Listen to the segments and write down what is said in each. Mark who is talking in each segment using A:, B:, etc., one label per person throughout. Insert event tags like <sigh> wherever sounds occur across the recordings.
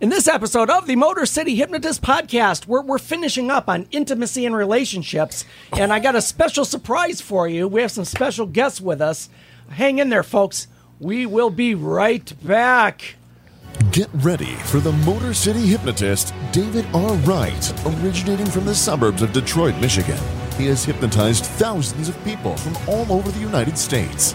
A: In this episode of the Motor City Hypnotist Podcast, we're, we're finishing up on intimacy and relationships. And I got a special surprise for you. We have some special guests with us. Hang in there, folks. We will be right back.
B: Get ready for the Motor City hypnotist David R. Wright, originating from the suburbs of Detroit, Michigan. He has hypnotized thousands of people from all over the United States.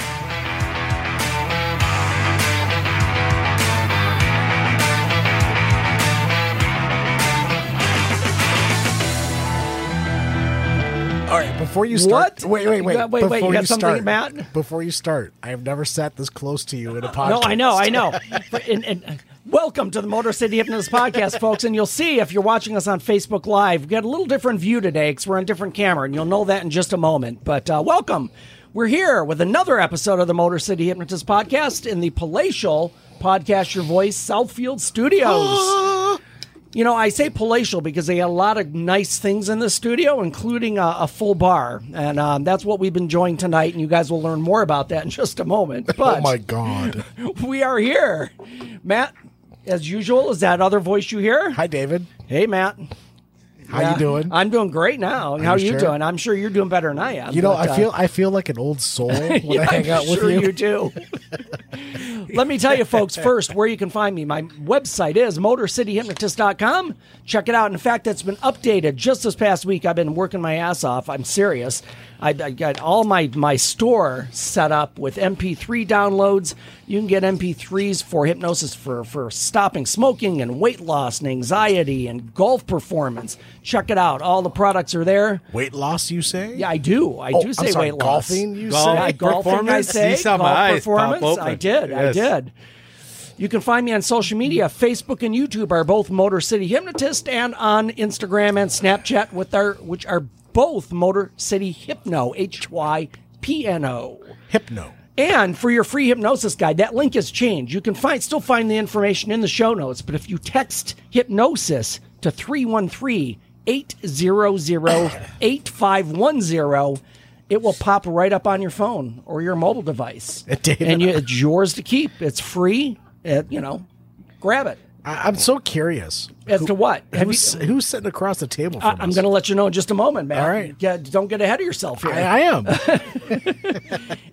C: All right, before you start,
A: What?
C: wait, wait, wait,
A: You got- wait, wait, you
C: before
A: got something,
C: start,
A: Matt?
C: Before you start, I have never sat this close to you in a
A: <laughs>
C: podcast.
A: No, I know, I know. But- and, and welcome to the Motor City Hypnotist Podcast, folks. And you'll see if you're watching us on Facebook Live, we got a little different view today because we're on a different camera, and you'll know that in just a moment. But uh, welcome. We're here with another episode of the Motor City Hypnotist Podcast in the Palatial Podcast Your Voice Southfield Studios.
C: <gasps>
A: You know, I say palatial because they got a lot of nice things in the studio, including a, a full bar, and um, that's what we've been enjoying tonight. And you guys will learn more about that in just a moment. But
C: Oh my god!
A: we are here. Matt, as usual, is that other voice you hear?
C: Hi, David.
A: Hey, Matt.
C: How
A: Yeah,
C: you doing?
A: I'm doing great now. How are you
C: sure?
A: doing? I'm sure you're doing better than I am.
C: you know,
A: but,
C: I
A: uh,
C: feel I feel like an old
A: <laughs>
C: soul when I hang out
A: sure
C: with you.
A: do. <laughs> Let me tell you, folks, first, where you can find me. My website is motorcityhypnotist.com. Check it out. In fact, it's been updated just this past week. I've been working my ass off. I'm serious. I, I got all my, my store set up with MP3 downloads. You can get MP3s for hypnosis for, for stopping smoking and weight loss and anxiety and golf performance. Check it out. All the products are there.
C: Weight loss, you say?
A: Yeah, I do. I
C: Oh,
A: do
C: I'm
A: say
C: sorry,
A: weight loss.
C: golfing, you
A: golf,
C: say?
A: yeah, golfing,
D: Performance?
A: I say.
D: You saw my
A: golf
D: eyes pop
A: performance. I
D: open.
A: did.
D: Yes.
A: I did. You can find me on social media. Facebook and YouTube are both Motor City Hypnotist, and on Instagram and Snapchat, with our which are both Motor City Hypno. H Y P N O.
C: Hypno.
A: And for your free hypnosis guide, that link has changed. You can find still find the information in the show notes, but if you text hypnosis to 313-800-8510, it will pop right up on your phone or your mobile
C: <laughs>
A: device.
C: David.
A: And you, it's yours to keep. It's free. It, you know, grab it.
C: I, I'm so curious.
A: As to what? Have you-
C: Who's, who's sitting across the table from
A: I, I'm
C: us?
A: going to let you know in just a moment, man.
C: All right.
A: Yeah, don't get ahead of yourself here.
C: I, I
A: <laughs>
C: am.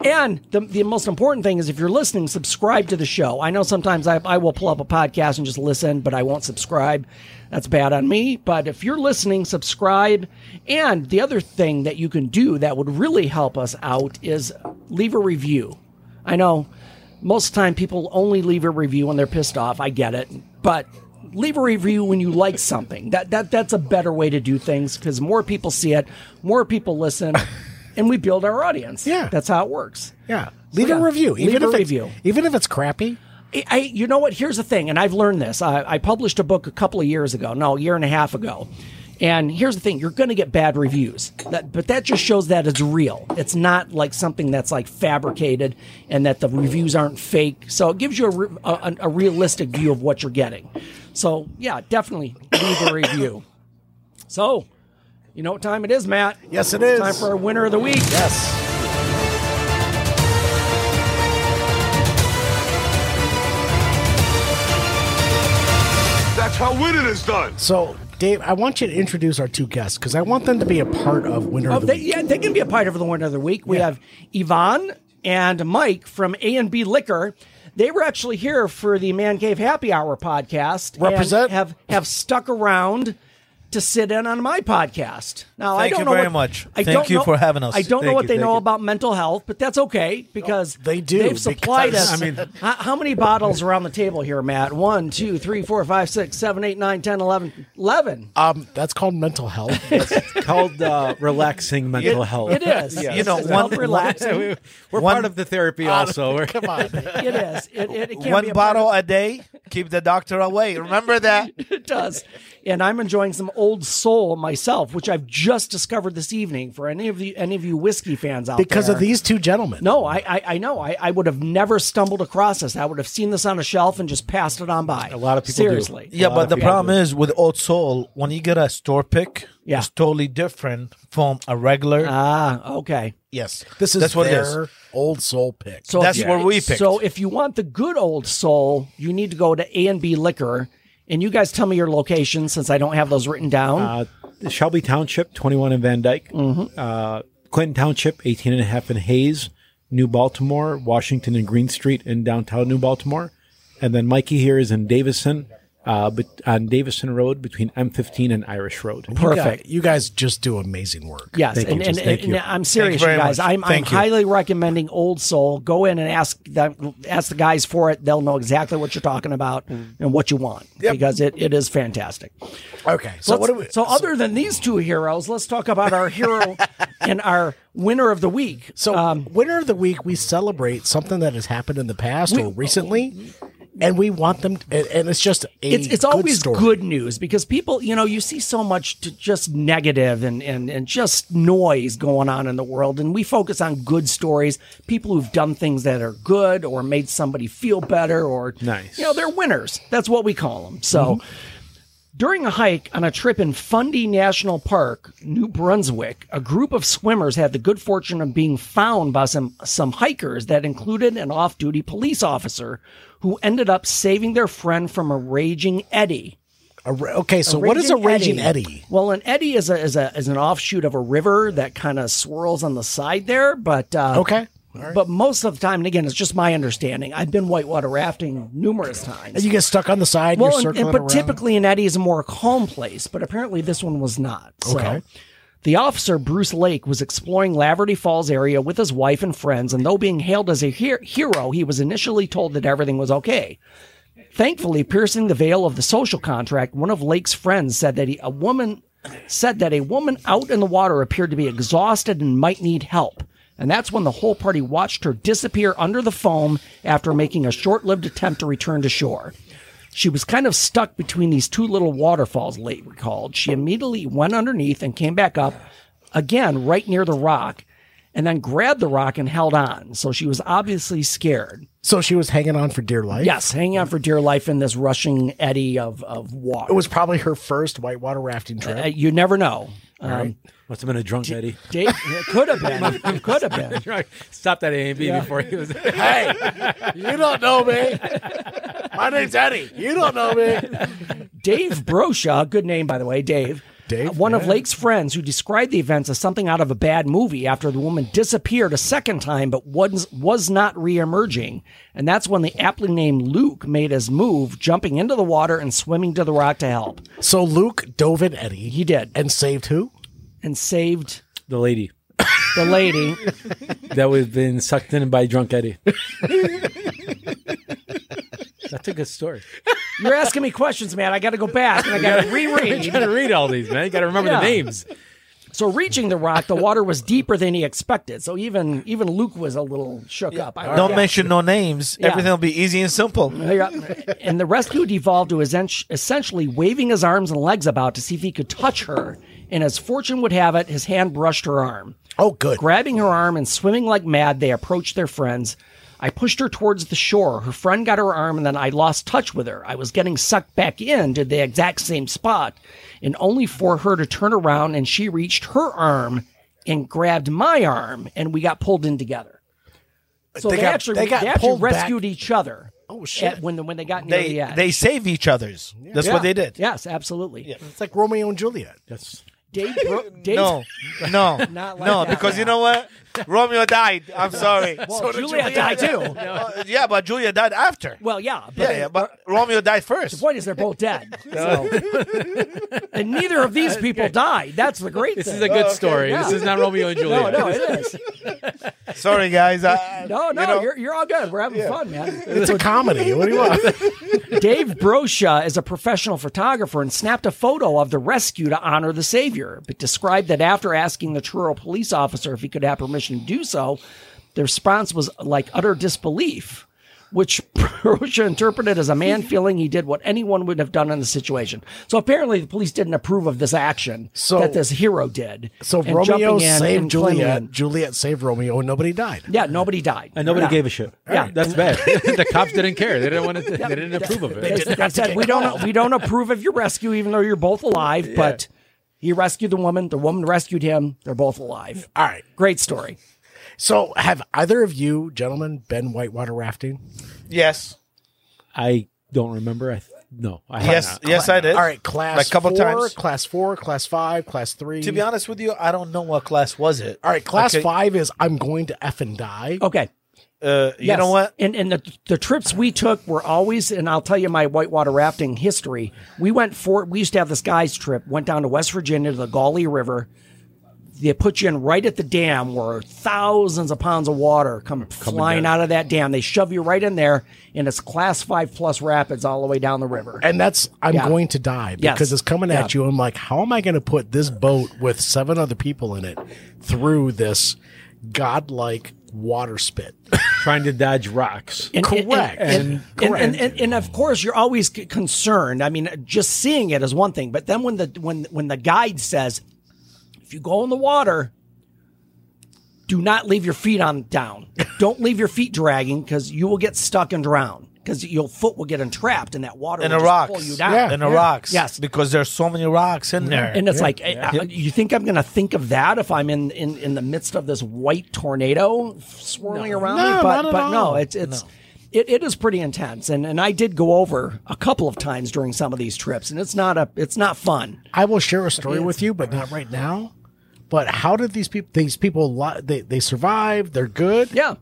A: And the, the most important thing is if you're listening, subscribe to the show. I know sometimes I, I will pull up a podcast and just listen, but I won't subscribe. That's bad on me. But if you're listening, subscribe. And the other thing that you can do that would really help us out is leave a review. I know most of the time people only leave a review when they're pissed off. I get it. But leave a review when you like something. That, that That's a better way to do things because more people see it, more people listen. And we build our audience.
C: Yeah.
A: That's how it works.
C: Yeah, leave
A: yeah,
C: a review.
A: leave
C: Even
A: a
C: if it's,
A: review.
C: Even if it's crappy.
A: I- I, you know what? Here's the thing, and I've learned this. I, I published a book a couple of years ago, no, a year and a half ago. And here's the thing: you're going to get bad reviews, that, but that just shows that it's real. It's not like something that's like fabricated, and that the reviews aren't fake. So it gives you a, re- a, a- a realistic view of what you're getting. So yeah, definitely leave a review. So, you know what time it is, Matt?
C: Yes, it
A: Time
C: is.
A: for our winner of the week.
C: yes.
E: That's how winning is done.
C: So, Dave, I want you to introduce our two guests because I want them to be a part of Winter
A: Oh,
C: of the
A: they,
C: Week.
A: yeah, they can be a part of the one other week. We have Yvonne and Mike from A and B Liquor. They were actually here for the Man Cave Happy Hour podcast. and
C: Represent.
A: have have stuck around to sit in on my podcast. Now I
D: Thank
A: don't
D: you
A: know
D: very
A: what-
D: much.
A: I
D: Thank
A: don't
D: you
A: know-
D: for having us.
A: I don't know
D: Thank
A: what
D: you,
A: they
D: thank
A: know
D: you. Oh,
A: about mental health, but that's okay because
C: They do,
A: They've supplied
C: because-
A: us.
C: I
A: I
C: mean-
A: mean, how, how many bottles are on the table here, Matt? One, two, three, four, five, six, seven, eight, nine, ten, eleven, eleven.
C: Um, that's called
A: <laughs>
C: mental health.
D: called uh, relaxing mental health.
A: it is.
D: You know,
A: It's
D: one,
A: called relaxing.
D: one- We're part of the therapy also. We're-
C: Come on.
A: It is. It, it, it can't be
F: One
A: a part of- <laughs>
F: bottle a day, keep the doctor away. Remember that.
A: does. And I'm enjoying some old soul myself, which I've just discovered this evening. For any of you, any of you whiskey fans out there,
C: because of these two gentlemen.
A: No, I I, I know. I, I would have never stumbled across this. I would have seen this on a shelf and just passed it on by. A
D: lot of people do.
A: seriously.
F: Yeah,
D: lot
F: but
D: of
F: the
D: people
F: problem is with Old Soul, when you get a store pick,
A: Yeah.
F: it's totally different from a regular.
A: Ah, okay.
F: yes,
C: This is
F: that's what it is.
C: their old soul pick.
A: So if
F: That's
A: you-
F: where we picked.
A: So if you want the good old soul, you need to go to A and B Liquor, and you guys tell me your location since I don't have those written down.
D: Uh, Shelby Township, 21 in Van Dyke. Uh, Clinton Township, 18 and a half in Hayes. New Baltimore, Washington and Green Street in downtown New Baltimore. And then Mikey here is in Davison, uh, but on Davison Road between M15 and Irish Road.
A: Perfect.
C: You guys just do amazing work.
A: Yes,
D: Thank you,
A: and, and,
D: Jess. Thank
A: and
D: you.
A: I'm serious,
F: Thank you
A: you,
F: very
A: guys.
F: much.
A: I'm, I'm
F: Thank you.
A: highly recommending Old Soul. Go in and ask the, ask the guys for it. They'll know exactly what you're talking about and what you want because it, it is fantastic.
C: Okay. So
A: Let's-
C: what do we?
A: so other than these two heroes, let's talk about our hero and our winner of the week.
C: So
A: um,
C: winter of the week, we celebrate something that has happened in the past or recently, and we want them. and, and it's just a
A: it's it's
C: good
A: always
C: story.
A: good news because people, you know, you see so much to just negative and and and just noise going on in the world, and we focus on good stories, people who've done things that are good or made somebody feel better or
D: Nice.
A: You know, they're winners. That's what we call them. So.
C: Mm-hmm.
A: During a hike on a trip in Fundy National Park, New Brunswick, a group of swimmers had the good fortune of being found by some, some hikers that included an off duty police officer who ended up saving their friend from a raging eddy.
C: A ra- okay. So what is a raging eddy?
A: Well, an eddy is, a, is, a, is an offshoot of a river that kind of swirls on the side there, but. Uh,
C: Okay.
A: But most of the time, and again, it's just my understanding. I've been whitewater rafting numerous times.
C: And you get stuck on the side.
A: Well,
C: you're
A: and- and-
C: circling
A: but
C: around.
A: typically an eddy is a more calm place, but apparently this one was not. So.
C: Okay.
A: The officer, Bruce Lake, was exploring Laverty Falls area with his wife and friends, and though being hailed as a he- hero, he was initially told that everything was okay. Thankfully, piercing the veil of the social contract, one of Lake's friends said that he, a woman said that a woman out in the water appeared to be exhausted and might need help. And that's when the whole party watched her disappear under the foam after making a short-lived attempt to return to shore. She was kind of stuck between these two little waterfalls, late recalled. She immediately went underneath and came back up again right near the rock and then grabbed the rock and held on. So she was obviously scared.
C: so she was hanging on for dear life.
A: Yes, hanging on for dear life in this rushing eddy of, of water.
C: It was probably her first whitewater rafting trip.
A: Uh, you never know. Um,
D: Must have been a drunk Eddie. <laughs>
C: <laughs>
A: Dave, it could have been. It could have been.
D: Stop that A and B before he was.
C: you don't know me. My name's Eddie. You don't know me.
A: Dave Brosha, good name by the way, Dave.
C: Dave,
A: uh, one of
C: yeah.
A: Lake's friends who described the events as something out of a bad movie after the woman disappeared a second time but was, was not reemerging. And that's when the aptly named Luke made his move, jumping into the water and swimming to the rock to help
C: So Luke dove in Eddie.
A: He did.
C: and saved who?
A: and saved
D: the lady
A: the lady.
D: that was been sucked in by drunk Eddie. <laughs> That's a good story.
A: You're asking me questions, man. I got to go back and I got
C: <laughs>
A: to reread.
D: Got to read all these, man. Got to remember
A: Yeah.
D: the names.
A: So reaching the rock, the water was deeper than he expected. So even even Luke was a little shook up. I-
F: Don't
A: yeah.
F: mention no names.
A: Yeah.
F: Everything will be easy and simple.
A: Yeah. And the rescue devolved to esen- essentially waving his arms and legs about to see if he could touch her. And as fortune would have it, his hand brushed her arm.
C: Oh, good.
A: Grabbing her arm and swimming like mad, they approached their friends. I pushed her towards the shore. Her friend got her arm, and then I lost touch with her. I was getting sucked back in to the exact same spot, and only for her to turn around and she reached her arm and grabbed my arm, and we got pulled in together. So they,
C: They got-
A: actually
C: they got
A: actually
C: pulled back.
A: rescued each other.
C: Oh, shit.
A: at- when the, when they got near
F: They
A: the edge.
F: they save each other's. That's what they did.
A: Yes, absolutely.
C: It's like Romeo and Juliet.
D: That's
A: Dave, Bro- Dave
F: No, no,
A: <laughs> Not like
F: no,
A: that.
F: because you know what? Romeo died. I'm sorry.
A: well, Juliet died too.
F: Uh, yeah, but Julia died after.
A: Well, yeah, but
F: yeah, yeah, but Romeo died first. Uh,
A: the point is they're both dead. So. and neither of these people died. That's the great
D: this
A: thing.
D: is a good story. This is not Romeo <laughs> and
A: no,
D: Juliet.
A: no, it is.
F: <laughs> Sorry, guys. uh, I,
A: No, no,
F: you know,
A: you're, you're all good. We're having fun, man.
C: It's a comedy. What do
A: <laughs>
C: you want?
A: Dave Brosha is a professional photographer and snapped a photo of the rescue to honor the savior, but described that after asking the Truro police officer if he could have permission to do so, the response was like utter disbelief. which <laughs> Perusha interpreted as a man feeling he did what anyone would have done in the situation. So apparently, the police didn't approve of this action
C: So-
A: that this hero did.
C: So
A: and
C: Romeo
A: jumping in
C: saved
A: and climbing
C: Juliet.
A: in.
C: Juliet saved Romeo, and nobody died.
A: Yeah, nobody died.
D: And nobody
A: No.
D: gave a shit.
A: Yeah.
D: That's
G: <laughs>
D: bad.
G: the cops didn't care. They didn't
D: <laughs>
G: want to. They didn't approve of
A: They,
G: it.
A: they said we don't we don't approve of your rescue, even though you're both alive. But he rescued the woman. The woman rescued him. They're both alive.
C: All right.
A: Great story.
C: So, have either of you, gentlemen, been whitewater rafting?
F: Yes.
D: I don't remember. I th- no. I have
F: Yes.
D: not.
F: Yes, I did.
C: All right, class
F: Like a couple
C: four,
F: times.
C: class four, class five, class three.
F: To be honest with you, I don't know what class was it.
C: All right, class
F: Okay,
C: five is I'm going to f and die.
A: Okay.
F: Uh, you
A: Yes.
F: know what?
A: And and the, the trips we took were always, and I'll tell you my whitewater rafting history. We went for we used to have this guys trip. Went down to West Virginia to the Gauley River. They put you in right at the dam where thousands of pounds of water come flying out of that dam. They shove you right in there, and it's class five plus rapids all the way down the river.
C: And that's I'm
A: Yeah.
C: going to die
A: Yes.
C: because it's coming at you. I'm like, how am I going to put this boat with seven other people in it through this godlike water spit?
D: Trying to dodge rocks.
A: And- and-
C: Correct.
A: And, and, and,
C: Correct.
A: And, and- and of course, you're always c- concerned. I mean, just seeing it is one thing, but then when the when when the guide says, if you go in the water, do not leave your feet on down. Don't leave your feet dragging because you will get stuck and drown because your foot will get entrapped in that water
F: In
A: will
F: the
A: just
F: rocks.
A: pull you down.
F: In the rocks.
A: Yes.
F: Because there's so many rocks in there.
A: And it's like, I- I- you think I'm going to think of that if I'm in, in, in the midst of this white tornado swirling around
C: No,
A: me? But,
C: not at
A: but no,
C: all.
A: it's, it's, It, it is pretty intense. And, and I did go over a couple of times during some of these trips and it's not a, it's not fun.
C: I will share a story with you, but not right now. But how did these people? These people li- they they survived. They're good.
A: Yeah.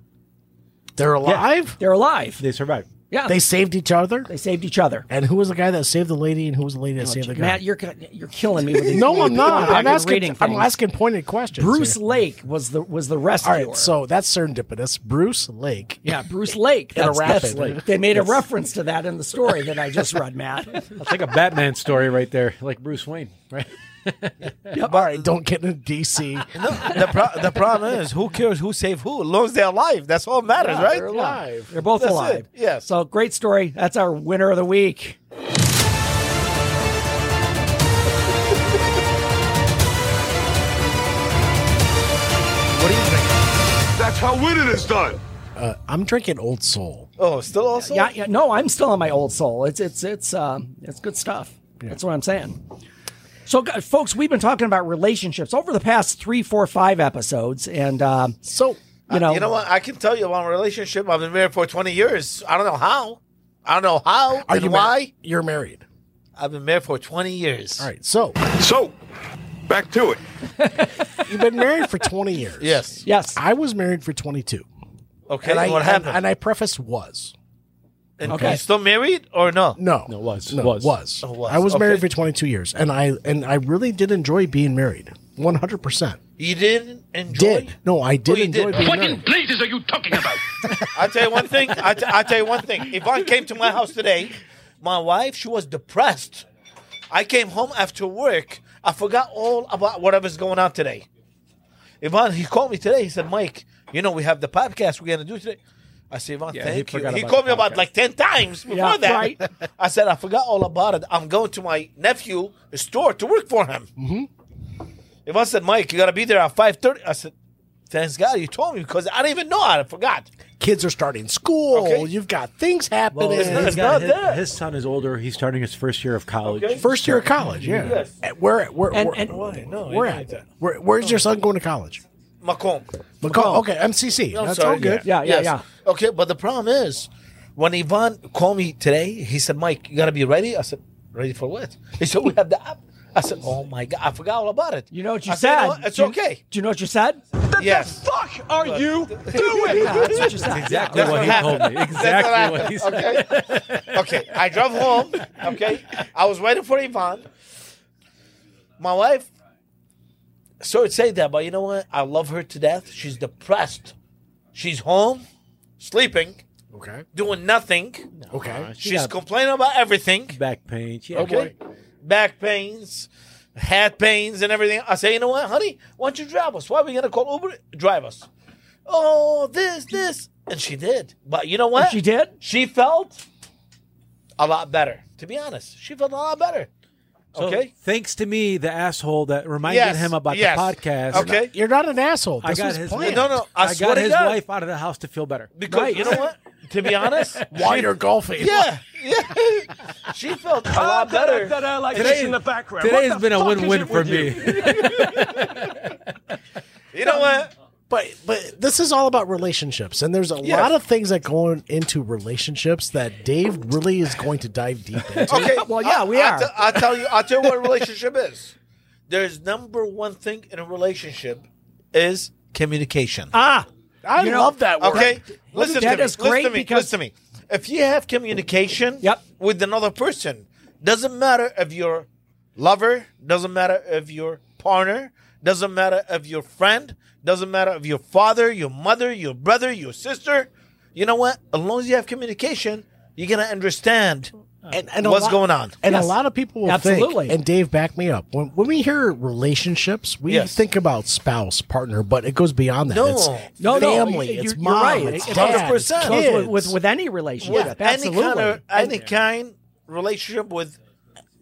C: They're alive.
A: They're alive.
D: They survived.
A: yeah.
C: They
A: They,
C: saved each other.
A: saved each other.
C: And who was the guy that saved the lady? And who was the lady that saved the guy?
A: Matt, you're, you're killing me with these
C: no, I'm not.
A: back
C: I'm
A: and
C: asking.
A: reading
C: I'm
A: things.
C: asking pointed questions.
A: Bruce
C: here.
A: Lake was the, was the rescuer.
C: All right, so that's serendipitous. Bruce Lake.
A: yeah, Bruce Lake.
C: In a
A: That's, that's,
C: rapid.
A: they made a reference to that in the story that I just read,
C: <laughs>
A: Matt.
D: That's like a Batman story right there, like Bruce Wayne, right?
C: All right, don't get into DC.
F: No, <laughs> the, pro- the problem is, who cares who saved who? As long as they're alive. That's all that matters, right?
A: They're alive. They're both
F: That's it.
A: alive.
F: Yes.
A: So great story. That's our winner of the week.
F: What do you think?
E: That's how winning is done.
C: I'm drinking Old Soul.
F: Oh, still also?
A: Yeah, yeah. No, I'm still on my old soul. It's it's it's um it's good stuff. That's what I'm saying. So, gu- folks, we've been talking about relationships over the past three, four, five episodes, and um
C: So
A: you know,
F: You know what? I can tell you about a relationship. I've been married for 20 years. I don't know how. I don't know how
C: are
F: and
C: you
F: why.
C: married? You're married.
F: I've been married for 20 years.
C: All right. So
E: So, back to it.
C: <laughs> you've been married for 20 years.
F: Yes.
A: yes,
C: I was married for 22.
F: Okay.
C: And I
F: what
C: and-
F: happened?
C: And, I preface was.
F: And
A: Okay.
F: You still married or no?
C: No.
D: No, was.
C: No,
D: Was.
C: was.
F: Oh, was.
C: I was
F: Okay.
C: married for 22 years and I and I really did enjoy being married. 100%.
F: You didn't enjoy.
C: Did. No, I did
F: Oh, you
C: enjoy
F: did.
C: being
H: What
C: married.
H: in blazes are you talking about?
F: I tell you one thing. I, t- I tell you one thing. Yvonne came to my house today. My wife, she was depressed. I came home after work. I forgot all about whatever's going on today. Yvonne, he called me today. He said, Mike, you know, we have the podcast we're going to do today. I said, Yvonne,
D: Yeah, he
F: thank you.
D: forgot
F: He
D: about
F: called
D: the
F: me about
D: podcast.
F: like 10 times before
A: Yeah,
F: that.
A: right.
F: <laughs> I said, I forgot all about it. I'm going to my nephew store to work for him.
D: Mm-hmm.
F: Yvonne said, Mike, you got to be there at 5.30. I said, thanks God you told me because I didn't even know. I forgot.
C: Kids are starting school.
F: Okay.
C: You've got things happening.
F: it's not-
D: he's
F: it's
D: got-
F: not that.
D: his, his son is older. He's starting his first year of college.
F: Okay.
C: First year of college, yeah.
F: Yes.
C: At- Where at? Where,
A: And-
C: where,
A: and-
C: where,
F: No,
C: where
F: you
C: at?
F: don't.
C: Where, where's your son going to college?
F: Macomb.
C: McCall. Okay, MCC.
F: I'm
C: That's
F: sorry.
C: all good.
A: Yeah, yeah, yeah.
F: Okay, but the problem is, when Ivan called me today, he said, "Mike, you gotta be ready." I said, "Ready for what?" He said, "We have the app." I said, "Oh my god, I forgot all about it."
A: you know what you
F: I
A: said.
F: "No, it's
A: Do you-
F: okay.
A: Do you know what you said?
F: yes,
E: Fuck are you
A: Yeah,
E: doing?
A: that's what you said.
D: Exactly
F: That's
D: what
F: what
D: he told me. Exactly what he said.
F: okay, okay. I drove home. Okay, I was waiting for Ivan. My wife. So it say that, but you know what? I love her to death. She's depressed. She's home, sleeping,
C: Okay.
F: doing nothing.
C: Okay.
D: She
F: She's
D: got
F: complaining about everything.
D: back pain. She-
F: okay? Back pains, hat pains, and everything. I say, you know what, honey? Why don't you drive us? Why are we gonna call Uber? Drive us. Oh, this, this. And she did. But you know what?
A: she did?
F: She felt a lot better. To be honest, she felt a lot better. Okay.
D: Thanks to me, the asshole that reminded
F: Yes,
D: him about
F: yes.
D: the podcast.
F: Okay.
C: You're not an asshole.
D: I
C: This
D: got
C: was
D: his
C: planned.
F: No, no, I
D: got
F: swear to
D: his
F: God.
D: wife out of the house to feel better.
F: Because you know what? To be
D: <laughs>
F: honest,
C: Wider golfing.
F: yeah, yeah. she felt a lot better.
E: like
G: Today- Today has been a win-win for me.
F: You know what?
C: But but this is all about relationships, and there's a
F: Yeah.
C: lot of things that go on into relationships that Dave really is going to dive deep
F: <laughs>
C: into.
F: Okay.
A: Well, yeah,
F: I-
A: we
F: I
A: are.
F: te- I tell you. I tell you what a relationship is. There's number one thing in a relationship is communication.
A: Ah,
C: I
A: You know,
C: love that word.
F: Okay, listen
A: that
F: to me.
A: is great
F: listen to me.
A: because-
F: listen to me. If you have communication
A: Yep.
F: with another person, doesn't matter if you're lover, doesn't matter if you're partner, doesn't matter if you're friend, doesn't matter if your father, your mother, your brother, your sister. You know what? As long as you have communication, you're gonna understand
C: And, and a
F: what's
C: lot-
F: going on.
C: And
A: Yes.
C: a lot of people will
A: Absolutely.
C: think, and Dave, back me up. When, when we hear relationships, we
F: Yes.
C: think about spouse, partner, but it goes beyond that.
F: No.
C: It's
A: no, no,
C: family,
A: you-
C: it's
A: you're
C: mom,
A: right.
C: it's
A: It- it
C: dad, it's
F: 100%.
A: goes with,
C: kids.
A: with with any
F: with
A: relationship.
F: any
A: absolutely.
F: kind of any kind relationship with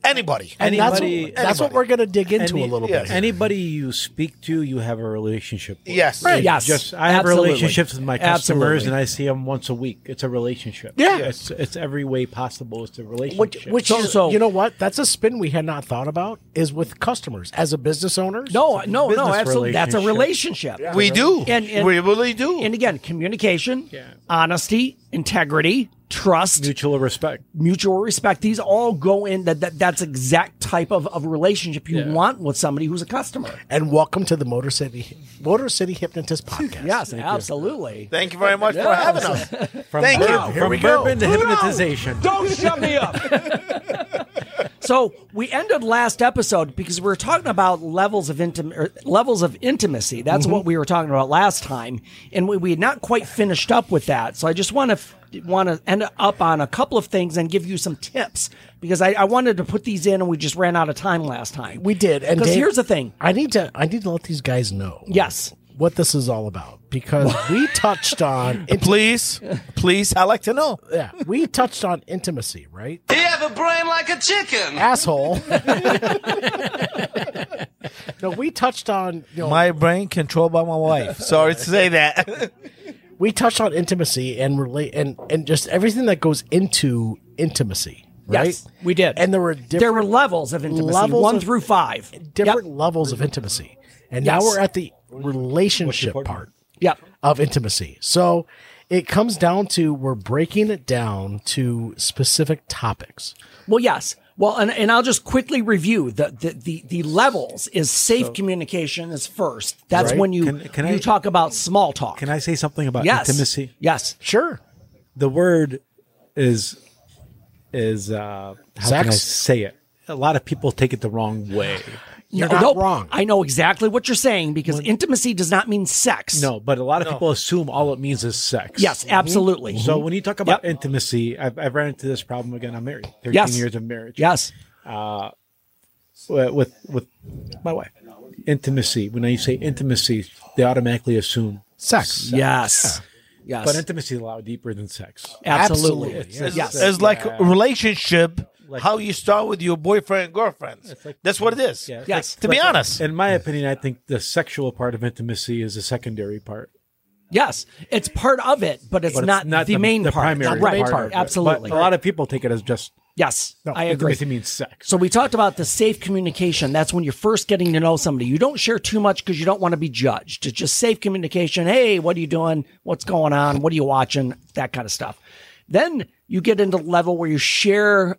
F: anybody.
C: and that's, what,
D: Anybody-
C: that's what we're going to dig into a little
F: yes.
C: bit.
D: Anybody you speak to, you have a relationship with.
F: Yes.
D: It's
A: Yes,
D: Just, I have
A: absolutely.
D: relationships with my customers
A: Absolutely.
D: and I see them once a week. It's a relationship.
C: Yeah.
D: It's, it's every way possible. It's a
C: Which,
D: relationship.
C: which
A: So-
C: is,
A: so-
C: you know what? That's a spin we had not thought about. Is with customers as a business owner.
A: No, no, no,
D: business
A: absolutely. That's a
D: relationship.
A: relationship.
F: We do.
A: And- and-
F: we really do.
A: And again, communication, honesty, integrity, trust,
D: Mutual respect.
A: mutual respect. These all go in that, that that's exact type of, of relationship you want with somebody who's a customer.
C: and welcome to the Motor City Motor City Hypnotist Podcast.
A: Yes, absolutely.
F: Thank you very much for having us.
D: From
F: Thank
D: bourbon,
F: you.
D: From bourbon to hypnotization.
E: Don't shut me up.
A: <laughs> So we ended last episode because we were talking about levels of intim- er, levels of intimacy. That's
C: Mm-hmm.
A: what we were talking about last time, and we, we had not quite finished up with that. So I just want to f- want to end up on a couple of things and give you some tips because I, I wanted to put these in and we just ran out of time last time.
C: we did. And
A: because
C: Dave,
A: here's the thing.
C: I need to I need to let these guys know.
A: Yes.
C: What this is all about because
A: <laughs>
C: we touched on int-
F: Please, please, I like to know.
C: yeah, we touched on intimacy, right?
H: He have a brain like a chicken.
C: Asshole. no, we touched on you know,
F: My brain controlled by my wife. Sorry to say that.
C: we touched on intimacy and relate and and just everything that goes into intimacy, right?
A: Yes, we did.
C: And there were different
A: there were levels of intimacy,
C: levels
A: one
C: of-
A: through five.
C: different
A: Yep.
C: levels of intimacy. And
A: Yes.
C: now we're at the relationship part
A: yep.
C: of intimacy. So it comes down to we're breaking it down to specific topics.
A: Well, yes. Well, and, and I'll just quickly review the the, the, the levels is safe communication is first. That's
C: Right.
A: when you
D: Can- can
A: you
D: I-
A: talk about small talk.
D: Can I say something about
A: yes.
D: intimacy?
A: Yes.
C: Sure.
D: the word is is uh how can I
C: Sex?
D: say it? A lot of people take it the wrong way.
A: You're
C: not wrong.
A: I know exactly what you're saying because intimacy does not mean sex.
D: No, but a lot of people assume all it means is sex.
A: Yes,
F: Mm-hmm.
A: absolutely.
D: So when you talk about
A: Yep.
D: intimacy, I've, I've ran into this problem again. I'm married, 13
A: Yes.
D: years of marriage.
A: Yes.
D: Uh, With with my wife, intimacy. When I say intimacy, they automatically assume.
C: Sex.
A: Yes. Yes.
D: But intimacy is a lot deeper than sex.
A: absolutely.
C: Absolutely.
A: Yes.
F: It's, it's like a relationship, how you start with your boyfriend and girlfriend.
D: like-
F: That's what it is.
D: Yeah, it's
A: Yes.
D: like-
F: To be honest.
D: uh, in my opinion, I think the sexual part of intimacy is the secondary part.
A: Yes. It's part of it, but it's,
D: but it's
A: not, the, main part.
D: primary
A: right.
D: part. of it.
A: Absolutely.
D: But a lot of people take it as just
A: yes. I agree.
D: Intimacy means sex.
A: So we talked about the safe communication. That's when you're first getting to know somebody. You don't share too much because you don't want to be judged. It's just safe communication. Hey, what are you doing? What's going on? What are you watching? That kind of stuff. Then you get into the level where you share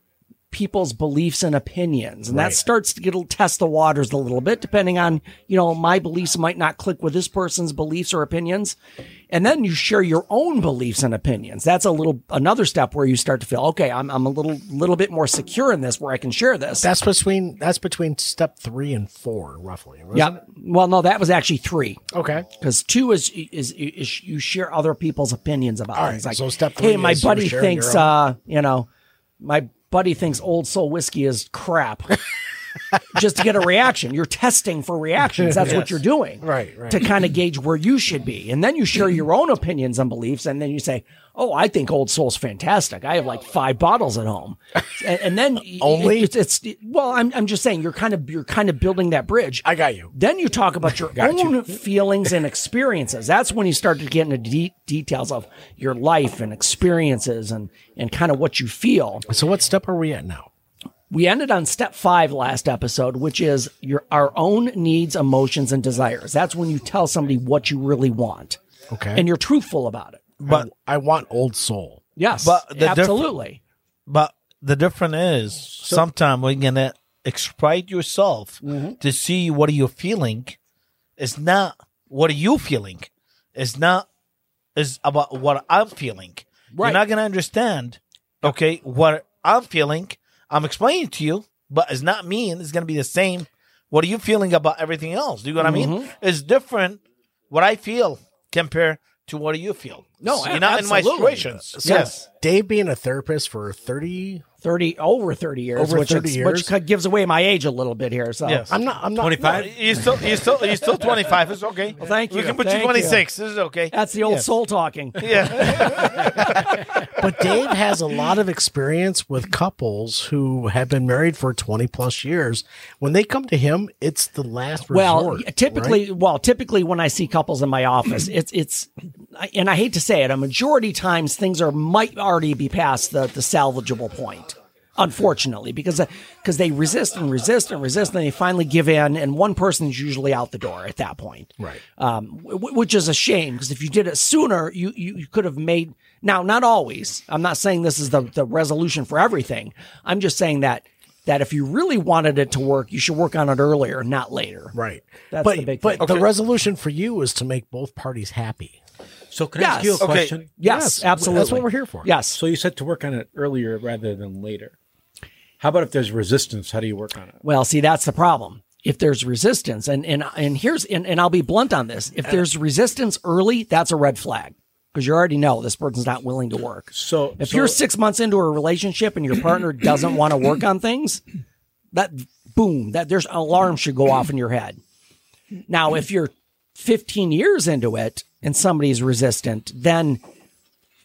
A: people's beliefs and opinions. And that starts to get a little- test the waters a little bit, depending on, you know, my beliefs might not click with this person's beliefs or opinions. And then you share your own beliefs and opinions. That's a little another step where you start to feel, okay, I'm I'm a little little bit more secure in this where I can share this.
C: That's between that's between step three and four, roughly. wasn't
A: yeah. Well, no, that was actually three.
C: it? Okay.
A: Because two is, is is you share other people's opinions about
C: All
A: things.
C: right,
A: Like,
C: so step
A: hey,
C: three
A: my
C: is you're
A: buddy
C: sharing
A: thinks,
C: your <laughs>
A: uh, you know, my buddy thinks Old Soul whiskey is crap. just to get a reaction. You're testing for reactions. That's what
F: Yes.
A: you're doing.
C: Right, right.
A: To kind of gauge where you should be. And then you share your own opinions and beliefs. And then you say, Oh, I think Old Soul's fantastic. I have like five bottles at home. And, and then
C: <laughs> Only?
A: it's, it's, well, I'm, I'm just saying you're kind of, you're kind of building that bridge.
C: I got you.
A: Then you talk about your own feelings and experiences. That's when you start to get into de- details of your life and experiences and, and kind of what you feel.
C: So what step are we at now?
A: We ended on step five last episode, which is your our own needs, emotions, and desires. That's when you tell somebody what you really want.
C: Okay.
A: And you're truthful about it.
C: But I, want old soul.
A: Yes.
F: But the diff-
A: absolutely.
F: But the difference is sometimes we're gonna exploit yourself
A: Mm-hmm.
F: to see what are you feeling. It's not what are you feeling. It's not it's about what I'm feeling.
A: Right.
F: You're not gonna understand okay what I'm feeling. I'm explaining to you, but it's not mean it's gonna be the same. What are you feeling about everything else? Do you know what I
A: Mm-hmm.
F: mean? It's different what I feel compared to what you feel.
A: No,
F: you're not in my
A: absolutely.
F: situations. yes.
C: Dave being a therapist for 30
A: Thirty over thirty years,
C: Over
A: which,
C: 30
A: ex-
C: years.
A: which cut- gives away my age a little bit here. So
F: Yes.
C: I'm not I'm not
D: 25?
F: You're still, you're still, you're still 25. It's okay. Well,
A: thank
F: We
A: you.
F: can put
A: Thank
F: you 26. This is okay.
A: that's the old soul talking.
F: yeah. <laughs>
C: But Dave has a lot of experience with couples who have been married for 20 plus years. When they come to him, it's the last resort.
A: Well, typically, well, typically when I see couples in my office, it's it's, I- and I hate to say it, a majority times things are might already be past the the salvageable point, unfortunately, because because they resist and resist and resist, and they finally give in, and one person's usually out the door at that point,
C: Right.
A: Um, w- which is a shame because if you did it sooner, you you, you could have made. Now, not always. I'm not saying this is the the resolution for everything. I'm just saying that. That if you really wanted it to work, you should work on it earlier, not later.
C: right.
A: That's
C: but
A: the big
C: but
A: thing.
C: the resolution for you is to make both parties happy.
D: So can I
A: Yes.
D: ask you a
A: Okay.
D: question?
A: Yes, absolutely.
C: That's what we're here for.
A: Yes.
D: So you said to work on it earlier rather than later. How about if there's resistance? How do you work on it?
A: Well, see, that's the problem. If there's resistance, and and and here's and, and I'll be blunt on this.
C: Uh,
A: If there's resistance early, that's a red flag because you already know this person's not willing to work.
D: So
A: If
D: so-
A: you're six months into a relationship and your partner doesn't want to work on things, that boom, that there's an alarm should go off in your head. Now, if you're 15 years into it and somebody's resistant, then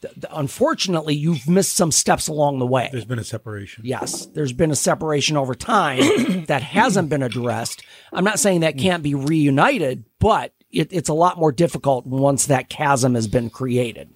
A: th- th- unfortunately you've missed some steps along the way.
D: there's been a separation.
A: yes, there's been a separation over time that hasn't been addressed. I'm not saying that can't be reunited, but it, it's a lot more difficult once that chasm has been created.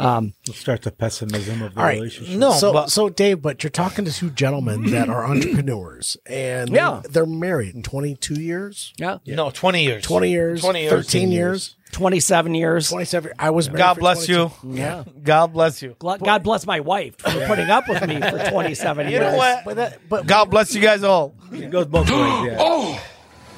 D: It starts a pessimism of the
C: All right.
D: relationship.
F: No,
C: so,
F: but-
C: so Dave, but you're talking to two gentlemen that
F: <clears throat>
C: are entrepreneurs and
A: Yeah.
C: they're married in 22 years,
A: Yeah.
F: No, 20 years.
C: 20 years,
F: 20 years.
C: 13 years,
A: 27 years.
C: 27 I was married
F: God
C: for
F: bless
C: 22.
F: you. Yeah. God bless you.
A: Gl- God bless my wife for putting up with me
F: <laughs>
A: for 27
F: You
A: years.
F: know what?
C: But that but
F: God bless you guys all.
D: It goes both
C: <gasps>
D: ways. Yeah.
H: Oh,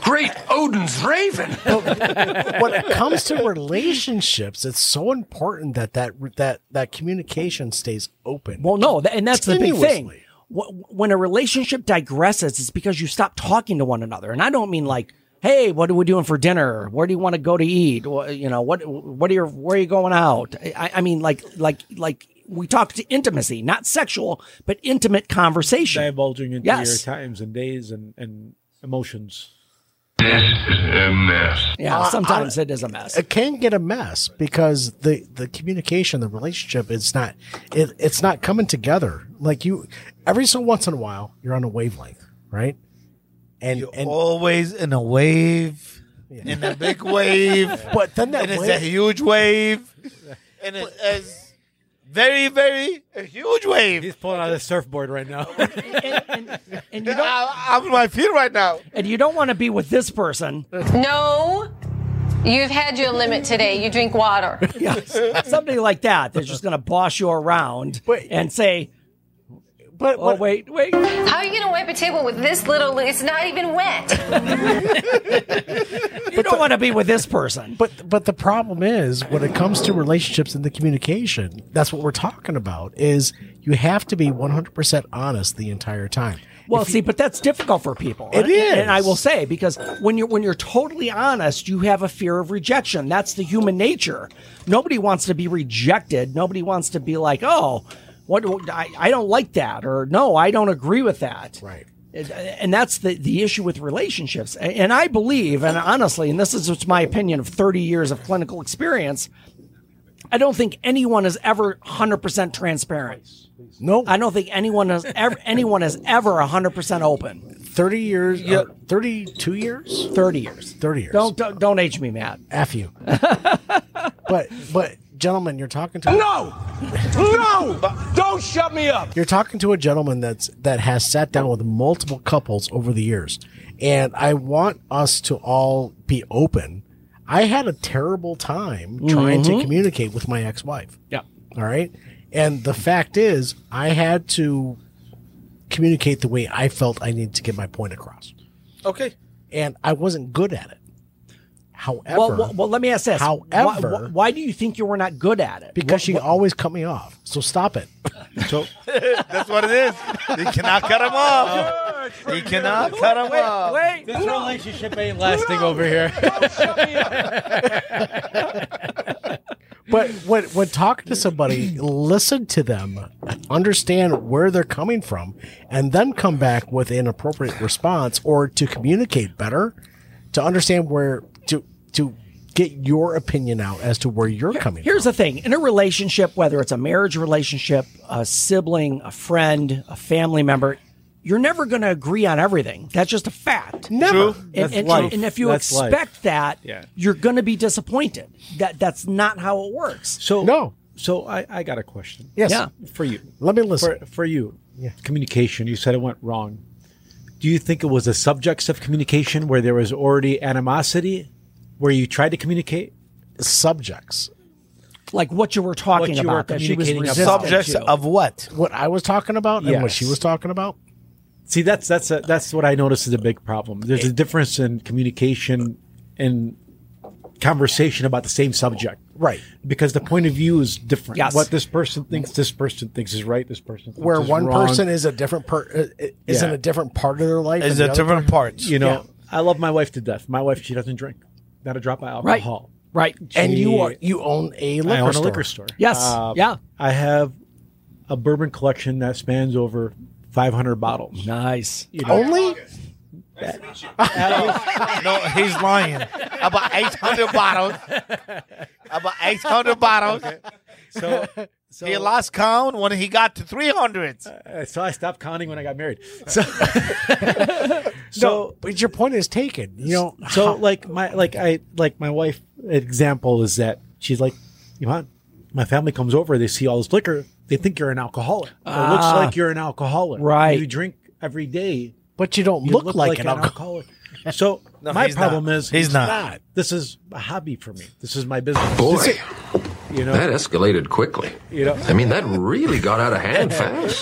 H: great Odin's raven.
C: when it comes to relationships, it's so important that that that that communication stays open.
A: Well, no, tha- and that's the big thing.
C: Continuously.
A: Wh- When a relationship digresses, it's because you stop talking to one another. And I don't mean like, hey, what are we doing for dinner? Where do you want to go to eat? Wh- You know, what what are your where are you going out? I, I mean, like like like we talk to intimacy, not sexual, but intimate conversation.
D: Divulging into
A: Yes.
D: your times and days and, and emotions.
A: yeah, sometimes it is a mess.
C: <laughs> it can get a mess because the the communication, the relationship, it's not it, it's not coming together. Like you, every so once in a while, you're on a wavelength, right? And and
F: Always in a wave, in a big wave.
C: but then that
F: and it's a
C: wave,
F: huge wave. And it is very, very a huge wave.
D: He's pulling out his surfboard right now.
A: and, and- and you don't
F: I, I'm on my feet right now.
A: and you don't want to be with this person.
I: No, you've had your limit today. You drink water.
A: Yeah, <laughs> somebody like that. They're just going to boss you around
C: Wait.
A: and say,
C: but,
A: "Oh,
C: but
A: wait, wait."
I: How are you going to wipe a table with this little? It's not even wet.
A: You don't want to be with this person.
C: But but the problem is when it comes to relationships and the communication, that's what we're talking about. Is you have to be 100% honest the entire time.
A: Well, see, but that's difficult for people.
C: It
A: and,
C: is.
A: and I will say because when you're when you're totally honest, you have a fear of rejection. That's the human nature. Nobody wants to be rejected. Nobody wants to be like, oh, what I, I don't like that, or no, I don't agree with that.
C: Right.
A: and that's the, the issue with relationships. A- And I believe, and honestly, and this is just my opinion of 30 years of clinical experience, I don't think anyone is ever 100% transparent.
C: No,
A: I don't think anyone has ever anyone is ever 100% open.
C: thirty years. or thirty-two years.
A: 30 years.
C: Thirty years.
A: Don't don't, don't age me, Matt.
G: <laughs>
C: f you. but but gentlemen, you're talking to
G: No! No! Don't shut me up!
C: you're talking to a gentleman that's that has sat down with multiple couples over the years and i want us to all be open i had a terrible time trying
G: Mm-hmm.
C: to communicate with my ex-wife
A: Yeah.
C: all right and the fact is i had to communicate the way i felt i needed to get my point across
F: Okay.
C: and i wasn't good at it however
A: Well, well, well, let me ask this. Why-
C: However-
A: why, why do you think you were not good at it?
C: because she always cut me off so stop it
D: So
F: That's what it is. You cannot cut him off. You cannot cut him off.
A: Wait,
G: This relationship ain't
D: lasting over here.
C: But when when talking to somebody, listen to them, understand where they're coming from, and then come back with an appropriate response or to communicate better, to understand where to to get your opinion out as to where you're coming
A: Here's the thing in a relationship, whether it's a marriage relationship, a sibling, a friend, a family member, you're never going to agree on everything. That's just a fact.
C: from. Never.
A: And,
D: That's
A: and-
D: life.
A: and if you
D: That's life.
A: expect that,
D: Yeah.
A: you're going to be disappointed. That that's not how it works.
D: <laughs> so
C: No.
D: So I, I got a question.
C: Yes.
A: Yeah.
D: For you.
C: Let me listen.
D: For, for you. Yeah. Communication. You said it went wrong. Do you think it was the subjects of communication where there was already animosity, where you tried to communicate?
C: Subjects.
A: Like what you were talking
D: What you were
A: about that she was
D: communicating
A: resistant
D: about.
F: Subjects
A: to.
F: of what?
C: What I was talking about and what
D: Yes.
C: she was talking about.
D: See, that's that's a, that's what I notice is a big problem. There's a difference in communication and conversation about the same subject,
C: Right.
D: Because the point of view is different.
A: Yes.
D: What this person thinks, this person thinks is right. This person thinks
C: Where
D: is
C: one
D: wrong.
C: person is a different per uh, is in
D: Yeah.
C: a different part of their life.
F: Is
C: than
F: a
C: the other
F: different
C: part.
F: parts.
D: You know, I love my wife to death. My wife, she doesn't drink, not a drop of
A: right,
D: alcohol.
A: right.
C: And you are
D: She-
C: you own a liquor
D: I own
C: store.
D: a liquor store.
A: Yes,
D: uh,
A: yeah.
D: I have a bourbon collection that spans over 500 bottles.
A: Nice.
C: Only
F: No, he's lying. About 800 bottles. About 800 bottles.
C: <laughs>
D: So, so,
F: He lost count when he got to 300.
D: uh, so I stopped counting when I
C: <laughs>
D: got married. So, so,
C: But your point is taken. You know,
D: so like my like I like my wife example is that she's like, Yvonne, my family comes over, they see all this liquor, they think you're an alcoholic. it looks like you're an alcoholic.
A: right.
D: You drink every day.
C: but you don't
D: You
C: look, like, an alcoholic.
D: alcoholic. So
F: No,
D: my
F: he's not.
D: problem is
F: He's
D: it's
F: not.
D: This is a hobby for me. This is my business.
H: Boy,
D: You know.
H: that escalated quickly.
D: You know.
H: I mean, that really got out of hand fast.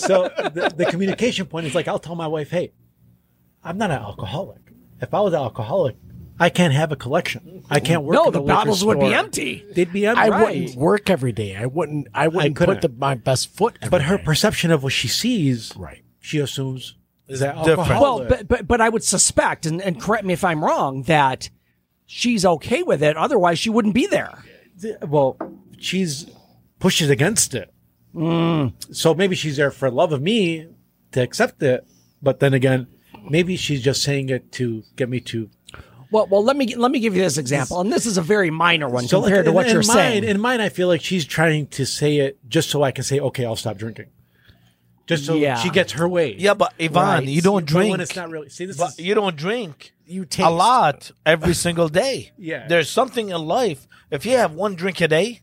D: <laughs> so the, the communication point is like I'll tell my wife, hey, I'm not an alcoholic. If I was an alcoholic, I can't have a collection. I can't work.
A: No,
D: in a
A: the
D: liquor
A: bottles would be
D: store.
A: empty.
D: They'd be empty.
C: I
A: Right.
C: wouldn't work every day. I wouldn't. I wouldn't put
D: couldn't.
C: the, my best foot. every
D: But her
C: day.
D: perception of what she sees,
C: Right.
D: She assumes is that
F: different.
D: alcoholic.
A: Well, but, but but I would suspect, and, and correct me if I'm wrong, that she's okay with it. Otherwise, she wouldn't be there.
D: Th- well, she's pushes against it.
A: Mm.
D: So maybe she's there for love of me to accept it, but then again, maybe she's just saying it to get me to.
A: Well, well, let me let me give you this example, and this is a very minor one
D: So
A: compared to
D: like,
A: what
D: in,
A: you're
D: in mine,
A: saying.
D: In mine, I feel like she's trying to say it just so I can say, okay, I'll stop drinking, just so
A: Yeah.
D: she gets her way.
F: Yeah, but Ivan,
A: Right.
F: you don't
D: But
F: drink.
D: when it's not really. See, this
F: But
D: is
F: you don't drink
C: you taste
F: a lot every single day.
D: Yeah.
F: There's something in life. If you have one drink a day,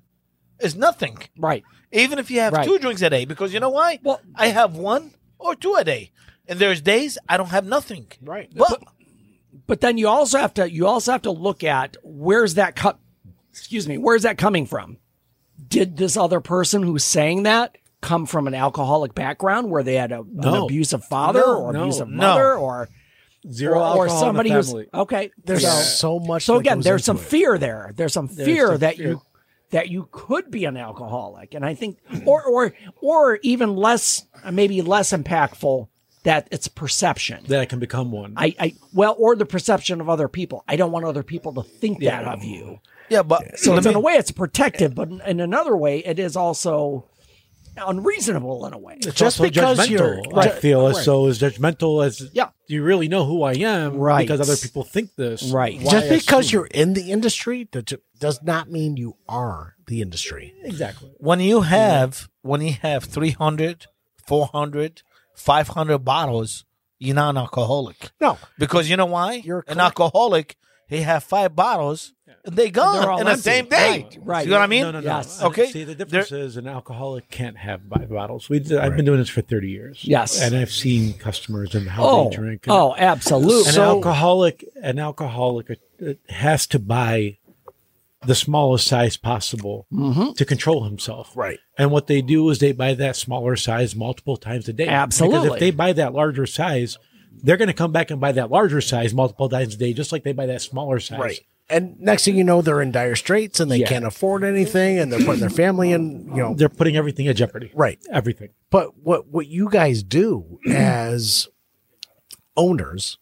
F: it's nothing.
A: right.
F: Even if you have
A: Right.
F: two drinks a day, because you know why?
A: Well-
F: I have one or two a day. And there's days I don't have nothing.
C: Right.
F: But
A: But then you also have to you also have to look at where's that cut. Excuse me, where's that coming from? Did this other person who's saying that come from an alcoholic background where they had a, an
D: No.
A: abusive father
D: No,
A: or
D: no,
A: abusive
F: no.
A: mother or
D: zero
A: or,
D: alcohol
A: or somebody
D: in the
A: who's
D: family.
A: okay?
C: There's
A: so-
C: so much.
A: So
C: that
A: again,
C: goes
A: there's some
C: into it.
A: fear there. There's some fear
D: some
A: that
D: fear.
A: you that you could be an alcoholic, and I think, or or or even less, maybe less impactful that it's perception.
D: that I can become one.
A: I, I well, or the perception of other people. I don't want other people to think that of you.
F: yeah, but
A: So
F: let
A: it's, in
F: me-
A: a way, it's protective, but in, in another way, it is also unreasonable in a way.
D: It's
C: Just
D: also
C: because
D: judgmental,
C: you're-
D: I
C: Right.
D: feel as
C: Right.
D: so as judgmental as
A: Yeah.
D: you really know who I am,
A: Right.
D: Because other people think this,
A: Right.
D: Why
C: Just
D: I
C: because
D: assume-
C: you're in the industry that ju- does not mean you are the industry.
D: exactly
F: when you have when you have 300 400 500 bottles you're not an alcoholic
C: No,
F: because you know why
C: You're
F: an
C: correct.
F: alcoholic he have five bottles and they
A: They're
F: gone
A: all
F: in the
A: empty.
F: same day
A: Right, right.
F: you know what i mean
D: no, no, no.
A: Yes.
F: Okay.
D: See, the difference is an alcoholic can't have five bottles. We, I've been doing this for thirty years.
A: Yes.
D: and I've seen customers and how
A: Oh,
D: they drink. and-
A: oh, absolutely.
D: an alcoholic an alcoholic uh, has to buy the smallest size possible to control himself
C: Right.
D: and what they do is they buy that smaller size multiple times a day because
A: Absolutely.
D: if they buy that larger size they're going to come back and buy that larger size multiple times a day just like they buy that smaller size
C: right. And next thing you know, they're in dire straits and they
D: Yeah.
C: can't afford anything, and they're putting their family in. You know,
D: they're putting everything at jeopardy
C: Right.
D: everything
C: But what what you guys do as owners,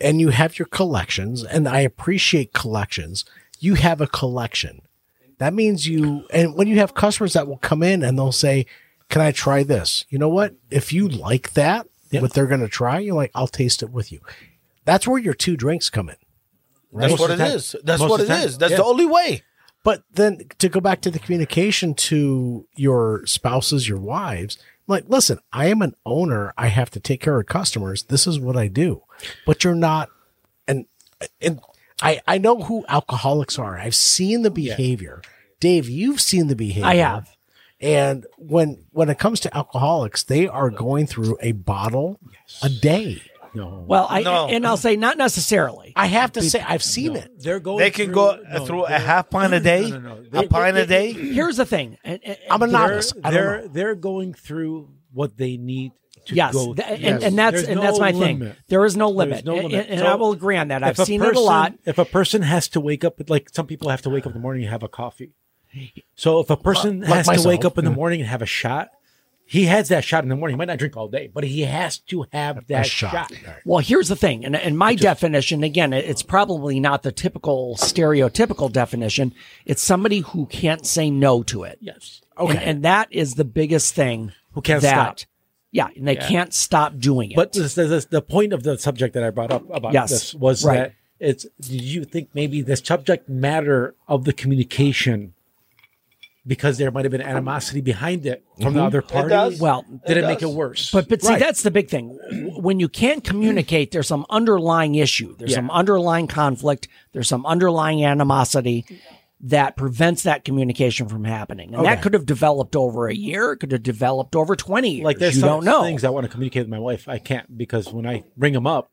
C: and you have your collections, and I appreciate collections. You have a collection. That means you, and when you have customers that will come in and they'll say, "Can I try this?" You know what? If you like that,
D: Yeah.
C: what they're going to try, you're like, "I'll taste it with you." That's where your two drinks come in.
F: that's
D: Most
F: what
D: of
F: it
D: the time.
F: is that's
D: Most
F: what
D: of
F: it
D: the time.
F: is that's
D: Yeah.
F: the only way
C: But then to go back to the communication to your spouses, your wives, like, listen, I am an owner. I have to take care of customers. This is what I do. But you're not, and and I I know who alcoholics are. I've seen
D: Oh,
C: the behavior. Dave, you've seen the behavior.
A: I have.
C: And when when it comes to alcoholics, they are going through a bottle a day.
A: Well, I
F: No.
A: and I'll say not necessarily.
C: I have to say, I've seen it.
D: they're going
F: they can
D: through-
F: go
D: no,
F: through a
D: they're-
F: half pint a day
D: <laughs> no, no.
F: a pint a day
A: Here's the thing. and- and-
C: I'm a
D: they're
C: novice. I don't know.
D: they're, they're going through what they need to
A: yes,
D: go
A: th- and,
D: through.
A: and that's
D: There's
A: and that's
D: no
A: my thing.
D: limit.
A: There is no
D: There's
A: limit,
D: no
A: And-
D: limit.
A: and, and
D: So
A: I will agree on that. I've
D: if a
A: seen it a lot.
D: person- If a person has to wake up, like some people have to wake up in the morning and have a coffee. So if a person
C: Like
D: has
C: myself.
D: to wake up in
A: Mm.
D: the morning and have a shot, he has that shot in the morning. He might not drink all day, but he has to have that
C: shot.
D: shot.
A: Well, here's the thing, and, and my definition again, it- it's probably not the typical stereotypical definition. It's somebody who can't say no to it.
D: Yes.
A: Okay, and, and that is the biggest thing.
D: Who can't
A: that,
D: stop.
A: Yeah, and they can't stop doing it.
D: But this, this, this- the point of the subject that I brought up about
A: Yes.
D: this was
A: Right.
D: that it's. Do you think maybe the subject matter of the communication, because there might have been animosity behind it from the other party,
F: Mm-hmm. does.
A: Well,
D: did it,
F: it
D: make it
F: does.
D: worse?
A: But but see, that's the big thing. W- When you can't communicate, there's some underlying issue. There's some underlying conflict. There's some underlying animosity that prevents that communication from happening. And that could have developed over a year. It could have developed over twenty years.
D: like there's
A: you
D: some
A: don't know.
D: things I want to communicate with my wife. I can't because when I bring them up,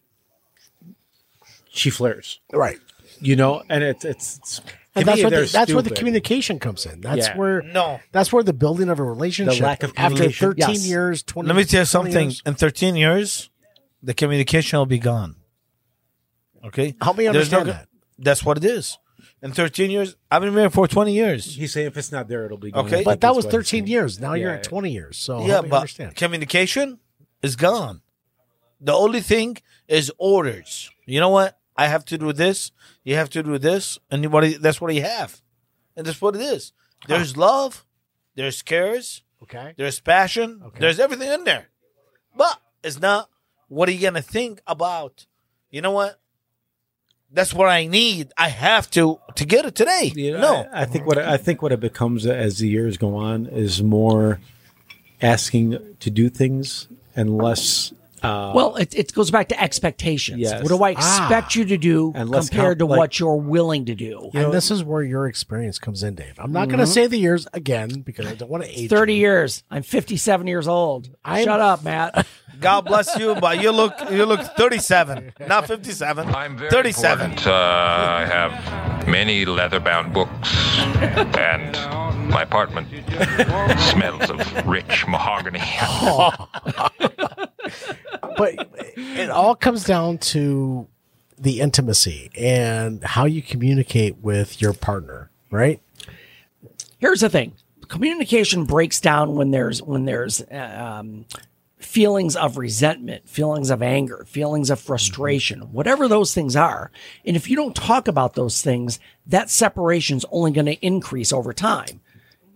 D: she flares.
C: Right.
D: You know, and it's it's. it's to
C: And that's
D: me,
C: where the,
D: they're
C: that's where the
D: stupid.
C: communication comes in. That's
D: Yeah.
C: where
F: No.
C: that's where the building of a relationship.
D: lack of
C: after
D: communication.
C: thirteen
A: Yes.
C: years, twenty.
F: let me tell
C: 20
F: you something
C: years.
F: in 13 years the communication will be gone okay
C: Help me
F: There's no
C: understand
F: go-
C: that.
F: that's what it is in 13 years i've been married for 20 years
D: He's saying if it's not there, it'll be
F: Okay.
D: I think
C: But that
D: that's
C: was
D: what he's
C: thirteen
D: saying.
C: years. Now you're
D: Yeah.
C: at twenty years. So
F: yeah,
C: help me
F: but
C: understand.
F: communication is gone. The only thing is orders. You know what? I have to do this. You have to do this, and you- what do- that's what you have, and that's what it is. There's love, there's cares,
C: Okay.
F: there's passion, there's everything in there, but it's not. What are you gonna think about? You know what? That's what I need. I have to to get it today.
D: You know,
F: no,
D: I, I think what I think what it becomes as the years go on is more asking to do things and less
A: well, it, it goes back to expectations.
D: Yes. Ah.
A: What do I expect you to do
D: And let's
A: compared
D: count,
A: to
D: like-
A: what you're willing to do?
C: and this is where your experience comes in, Dave. I'm not
D: Mm-hmm.
C: going to say the years again because I don't want to age.
A: Thirty
C: you.
A: years. I'm 57 years old.
C: I'm-
A: Shut up, Matt.
F: God bless
D: <laughs>
F: you, but you look you look 37, not 57.
J: I'm very
F: 37.
J: important. Uh, I have many leather-bound books, and my apartment smells of rich mahogany.
C: But it all comes down to the intimacy and how you communicate with your partner, right?
A: here's the thing communication breaks down when there's when there's um, feelings of resentment feelings of anger feelings of frustration whatever those things are and if you don't talk about those things that separation's only going to increase over time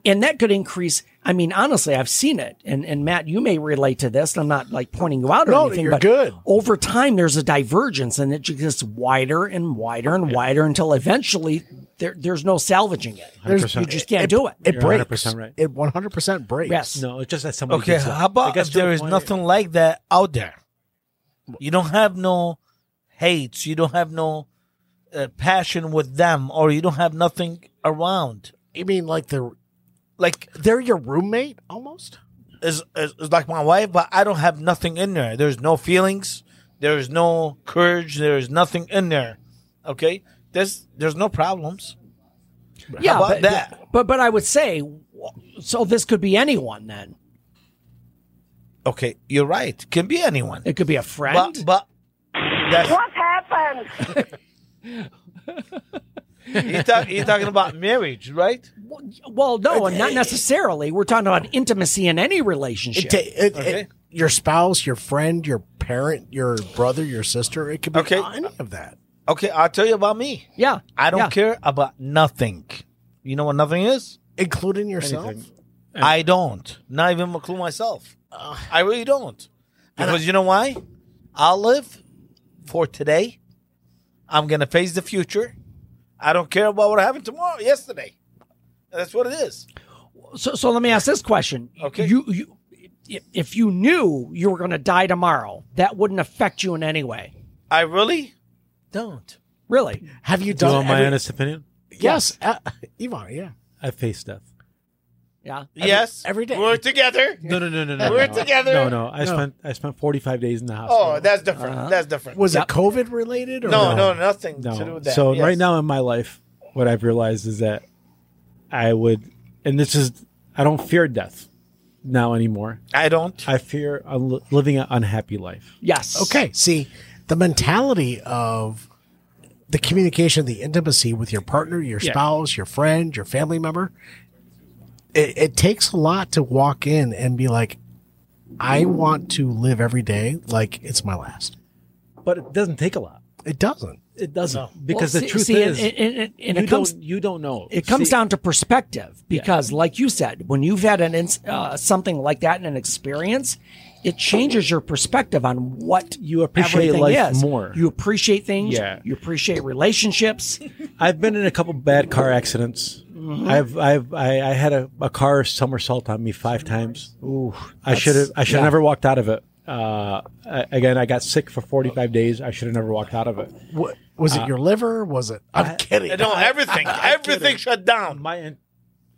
A: and that could increase. I mean, honestly, I've seen it, and and Matt, you may relate to this. And I'm not like pointing you out or
C: No,
A: anything,
C: you're
A: but
C: good.
A: over time there's a divergence, and it just gets wider and wider and wider until eventually there there's no salvaging it. There's, you
D: 100%.
A: just can't do it.
C: It
D: You're
C: breaks.
D: 100% right.
C: It 100% breaks.
A: Yes.
D: No, it's just that somebody.
F: Okay,
D: gets it.
F: how
D: It
F: about
D: gets
F: if
D: to a
F: there is
D: point-
F: nothing like that out there? You don't have no hates. You don't have no uh, passion with them, or you don't have nothing around.
C: You mean like the
F: Like
C: they're your roommate almost?
F: is, is, is like my wife, but I don't have nothing in there. There's no feelings. There's no courage. There's nothing in there. Okay, there's there's no problems.
A: Yeah,
F: How about
A: but,
F: that?
A: but but I would say, so this could be anyone. Then
F: Okay, you're right. Can be anyone.
A: it could be a friend.
F: But but that's
K: What happened?
F: <laughs> you talk, you're talking about marriage, right?
A: well, no, not necessarily. We're talking about intimacy in any relationship.
C: It, ta- it, it-
F: Okay.
C: your spouse, your friend, your parent, your brother, your sister. It could be
F: Okay.
C: any of that.
F: Okay, I'll tell you about me.
A: yeah,
F: I don't
A: yeah.
F: care about nothing. You know what nothing is?
C: Including yourself.
F: I don't. Not even a clue myself. I really don't. Because you know why? I'll live for today. I'm gonna face the future. I don't care about what happened tomorrow, yesterday. That's what it is.
A: So, so let me ask this question.
F: Okay.
A: You, you, if you knew you were going to die tomorrow, that wouldn't affect you in any way.
F: I really don't.
A: Really?
C: Have you
D: Do you
C: done
D: want my
C: every-
D: honest opinion?
C: Yes. Uh, Yvonne, yeah.
D: I face death.
A: Yeah.
F: yes.
C: every day.
F: We're together.
D: No, no, no, no, no.
F: We're
D: no.
F: together.
D: No, no. I spent I spent 45 days in the hospital.
F: Oh, that's different. That's different.
C: Was
A: Yep.
C: it COVID related or
F: no, no, nothing
D: No.
F: to do with that.
D: So
F: Yes.
D: right now in my life, what I've realized is that I would, and this is, I don't fear death now anymore.
F: I don't.
D: I fear un- living an unhappy life.
A: Yes.
C: Okay. See, the mentality of the communication, the intimacy with your partner, your
D: Yeah.
C: spouse, your friend, your family member, it, it takes a lot to walk in and be like, I want to live every day like it's my last.
D: But it doesn't take a lot.
C: It doesn't.
D: It doesn't
A: Well,
D: because
A: see-
D: the truth
A: see, and-
D: is,
A: and, and- and
D: you
A: it comes
D: don't you don't know.
A: it comes
D: See,
A: down to perspective because, like you said, when you've had an ins- uh, something like that in an experience, it changes your perspective on what
D: You appreciate
A: everything
D: life
A: is.
D: more.
A: You appreciate things.
D: Yeah.
A: You appreciate relationships.
D: I've been in a couple bad car accidents.
A: Mm-hmm.
D: I've I've I, I had a, a car somersault on me five times. Ooh, I should have I should have never walked out of it. Uh, I- again, I got sick for 45 days. I should have never walked out of it.
C: What, was
D: Uh,
C: it your liver? Was it? I'm kidding.
F: No, everything, everything shut down.
D: My en-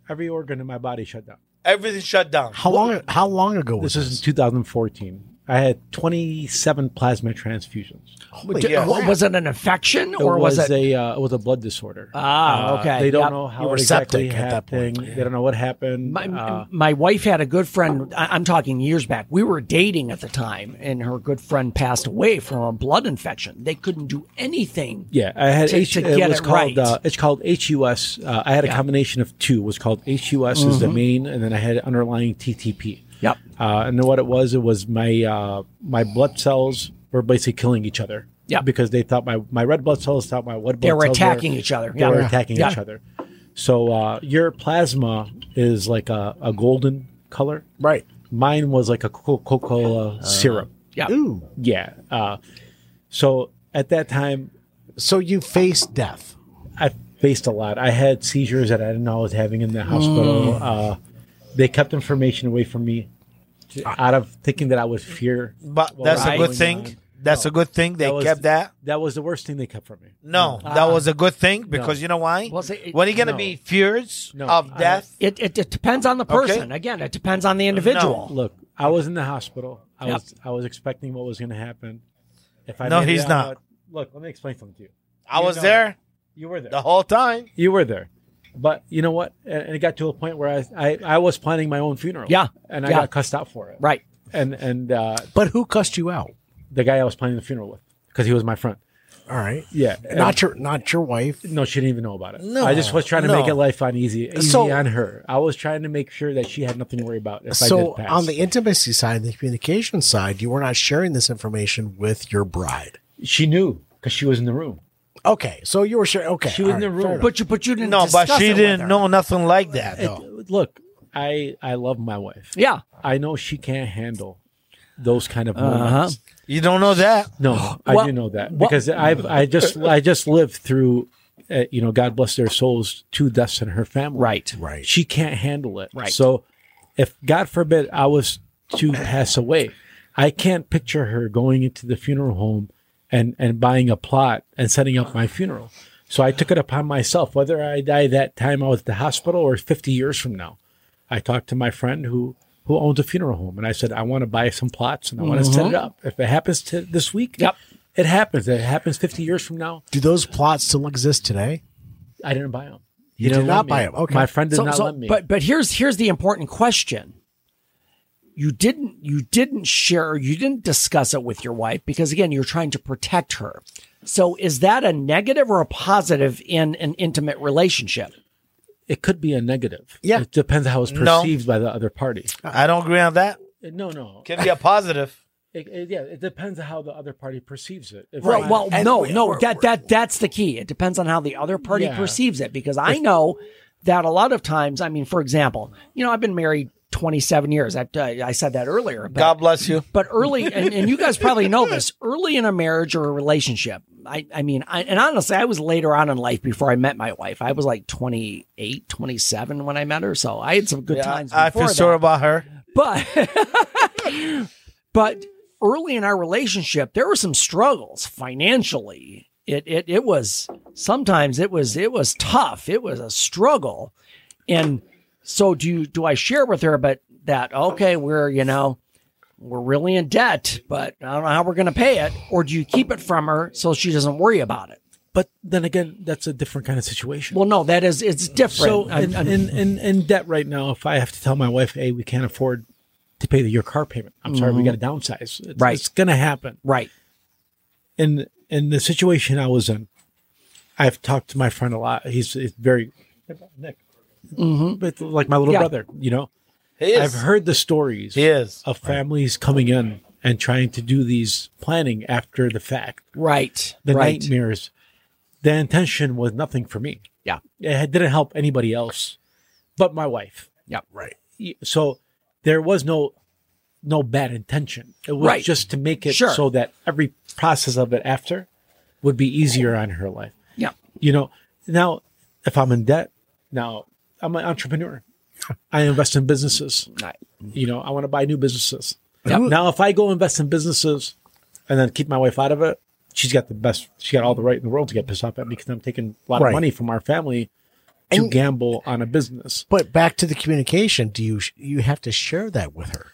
D: every organ in my body shut down.
F: Everything shut down.
C: How long? How long ago was
D: This
C: this?
D: is in 2014. I had 27 plasma transfusions.
A: D-
F: yeah.
A: w- Was it an infection or was, it?
D: a uh, it was a blood disorder?
A: Ah,
D: Uh,
A: okay.
D: They don't
A: Yep.
D: know how
C: You were
D: it exactly
C: septic at that
D: happened.
C: point.
D: They don't know what happened.
A: My,
D: Uh,
A: my wife had a good friend. I- I'm talking years back. We were dating at the time, and her good friend passed away from a blood infection. They couldn't do anything.
D: Yeah, I had
A: to-
D: H.
A: to
D: it
A: get
D: was
A: it right.
D: called uh, it's called HUS. Uh, I had a combination of two. It was called HUS is the
A: Mm-hmm.
D: main, and then I had underlying TTP.
A: Yep.
D: Uh, and what it was, it was my uh, my blood cells were basically killing each other.
A: Yeah.
D: because they thought my my red blood cells thought my white blood
A: They were
D: cells
A: attacking each other.
D: They
A: Yeah.
D: were attacking
A: Yeah.
D: each other. So uh, your plasma is like a, a golden color.
C: right.
D: Mine was like a Coca
A: Uh-huh.
D: Cola syrup.
A: Yeah.
C: Ooh.
D: Yeah. Uh, so at that time,
C: So you face death.
D: I faced a lot. I had seizures that I didn't know I was having in the hospital.
A: Mm.
D: Uh, they kept information away from me, to- out of thinking that I would fear.
F: But
D: what
F: that's
D: was
F: a
A: Right.
F: good
D: going
F: thing.
D: on.
F: That's a good thing. They
D: was-
F: kept that.
D: That was the worst thing they kept from me.
F: No, that was a good thing because you know why?
A: Well, see, it-
F: when you gonna
D: No.
F: be fears
D: No,
F: of
D: I-
F: death?
A: It, it, it depends on the person. Again, it depends on the individual.
D: Look, I was in the hospital. I
A: Yep.
D: was I was expecting what was going to happen. If I
F: No,
D: made it
F: he's
D: out-
F: not.
D: Look, let me explain something to you.
F: I
D: You
F: was
D: know
F: there
D: You were there.
F: the whole time.
D: You were there. But you know what? And and it got to a point where I I, I was planning my own funeral.
A: Yeah.
D: and I
A: Yeah.
D: got cussed out for it.
A: Right.
D: And and uh,
C: But who cussed you out?
D: the guy I was planning the funeral with because he was my friend.
C: All right.
D: Yeah,
C: Not your not your wife.
D: No, she didn't even know about it.
F: No,
D: I just was trying to
F: no.
D: make it life on easy, easy
C: So-
D: on her. I was trying to make sure that she had nothing to worry about. If I
C: So
D: did pass.
C: on the intimacy side, the communication side, you were not sharing this information with your bride.
D: she knew because she was in the room.
C: Okay, so you were sharing. Okay,
D: She was
C: all
D: in the
C: right,
D: room.
C: fair enough.
A: But you but you didn't
F: No, but
A: discuss
F: she
A: it with
F: didn't
A: her.
D: <laughs>
F: know nothing like that. though.
D: look, I I love my wife.
A: Yeah.
D: I know she can't handle those kind of
A: Uh-huh.
D: moments.
F: You don't know that?
A: <gasps>
D: No, I
F: Well,
D: do know that
F: well-
D: because I've I just I just lived through uh, you know, God bless their souls, two deaths in her family.
A: Right.
C: Right.
D: She can't handle it.
A: Right.
D: So if God forbid I was to pass away, I can't picture her going into the funeral home and and buying a plot and setting up my funeral. So I took it upon myself, whether I die that time I was at the hospital or 50 years from now. I talked to my friend who who owns a funeral home, and I said I want to buy some plots and I want to set
C: Mhm.
D: it up. If it happens to this week,
A: Uh-huh. yep,
D: it happens. It happens 50 years from now.
C: Do those plots still exist today?
D: I didn't buy them.
C: You did not buy 'em. Okay.
D: my friend did
A: So-
D: not
A: so-
D: let me.
A: But but here's here's the important question. You didn't you didn't share you didn't discuss it with your wife because again you're trying to protect her. So is that a negative or a positive in an intimate relationship?
D: It could be a negative.
A: Yeah.
D: It depends how it's
A: No. Uh.
D: perceived by the other party. Uh,
F: I don't agree on that.
D: No, no.
F: Can be a positive.
D: It, it- yeah, it depends on how the other party perceives it. If
A: Well,
D: I-
A: well, no, no, that that that's the key. It depends on how the other party
D: Yeah.
A: perceives it because I know that a lot of times, I mean, for example, you know, I've been married 27 years. I, I said that earlier. But,
F: God bless you.
A: But early, and, and you guys probably know this, early in a marriage or a relationship, I, I mean, I, and honestly, I was later on in life before I met my wife. I was like 28, 27 when I met her. So I had some good
F: Yeah,
A: times.
F: I
A: before
F: feel sorry
A: that.
F: about her.
A: But <laughs> but early in our relationship, there were some struggles financially. It it it was sometimes it was it was tough. It was a struggle. And so do you do I share with her but that okay, we're, you know, we're really in debt, but I don't know how we're going to pay it or do you keep it from her so she doesn't worry about it?
D: But then again, that's a different kind of situation.
A: Well, no, that is it's different.
D: So uh,
A: I'm-
D: in,
A: I'm-
D: in, in, in debt right now, if I have to tell my wife, hey, we can't afford to pay the, your car payment. I'm sorry, we
A: Mhm.
D: got to downsize. It's,
A: Right.
D: It's going to happen.
A: Right.
D: In, in the situation I was in, I've talked to my friend a lot. He's, he's very, Nick, but like my
A: Mm-hmm.
D: little
A: Yeah.
D: brother, you know?
F: He is.
D: I've heard the stories of families coming in and trying to do these planning after the fact.
A: Right.
D: The
A: right.
D: nightmares. The intention was nothing for me.
A: Yeah.
D: It had- didn't help anybody else but my wife.
A: Yeah.
C: Right.
D: So there was no no bad intention. It was
A: Right.
D: just to make it
A: Sure.
D: so that every process of it after would be easier on her life.
A: Yeah.
D: You know, now if I'm in debt, now I'm an entrepreneur. I invest in businesses. You know, I want to buy new businesses.
A: Yep.
D: Now, if I go invest in businesses and then keep my wife out of it, she's got the best, she got all the right in the world to get pissed off at me because I'm taking a lot
C: Right.
D: of money from our family to gamble on a business.
C: But back to the communication. Do you you have to share that with her?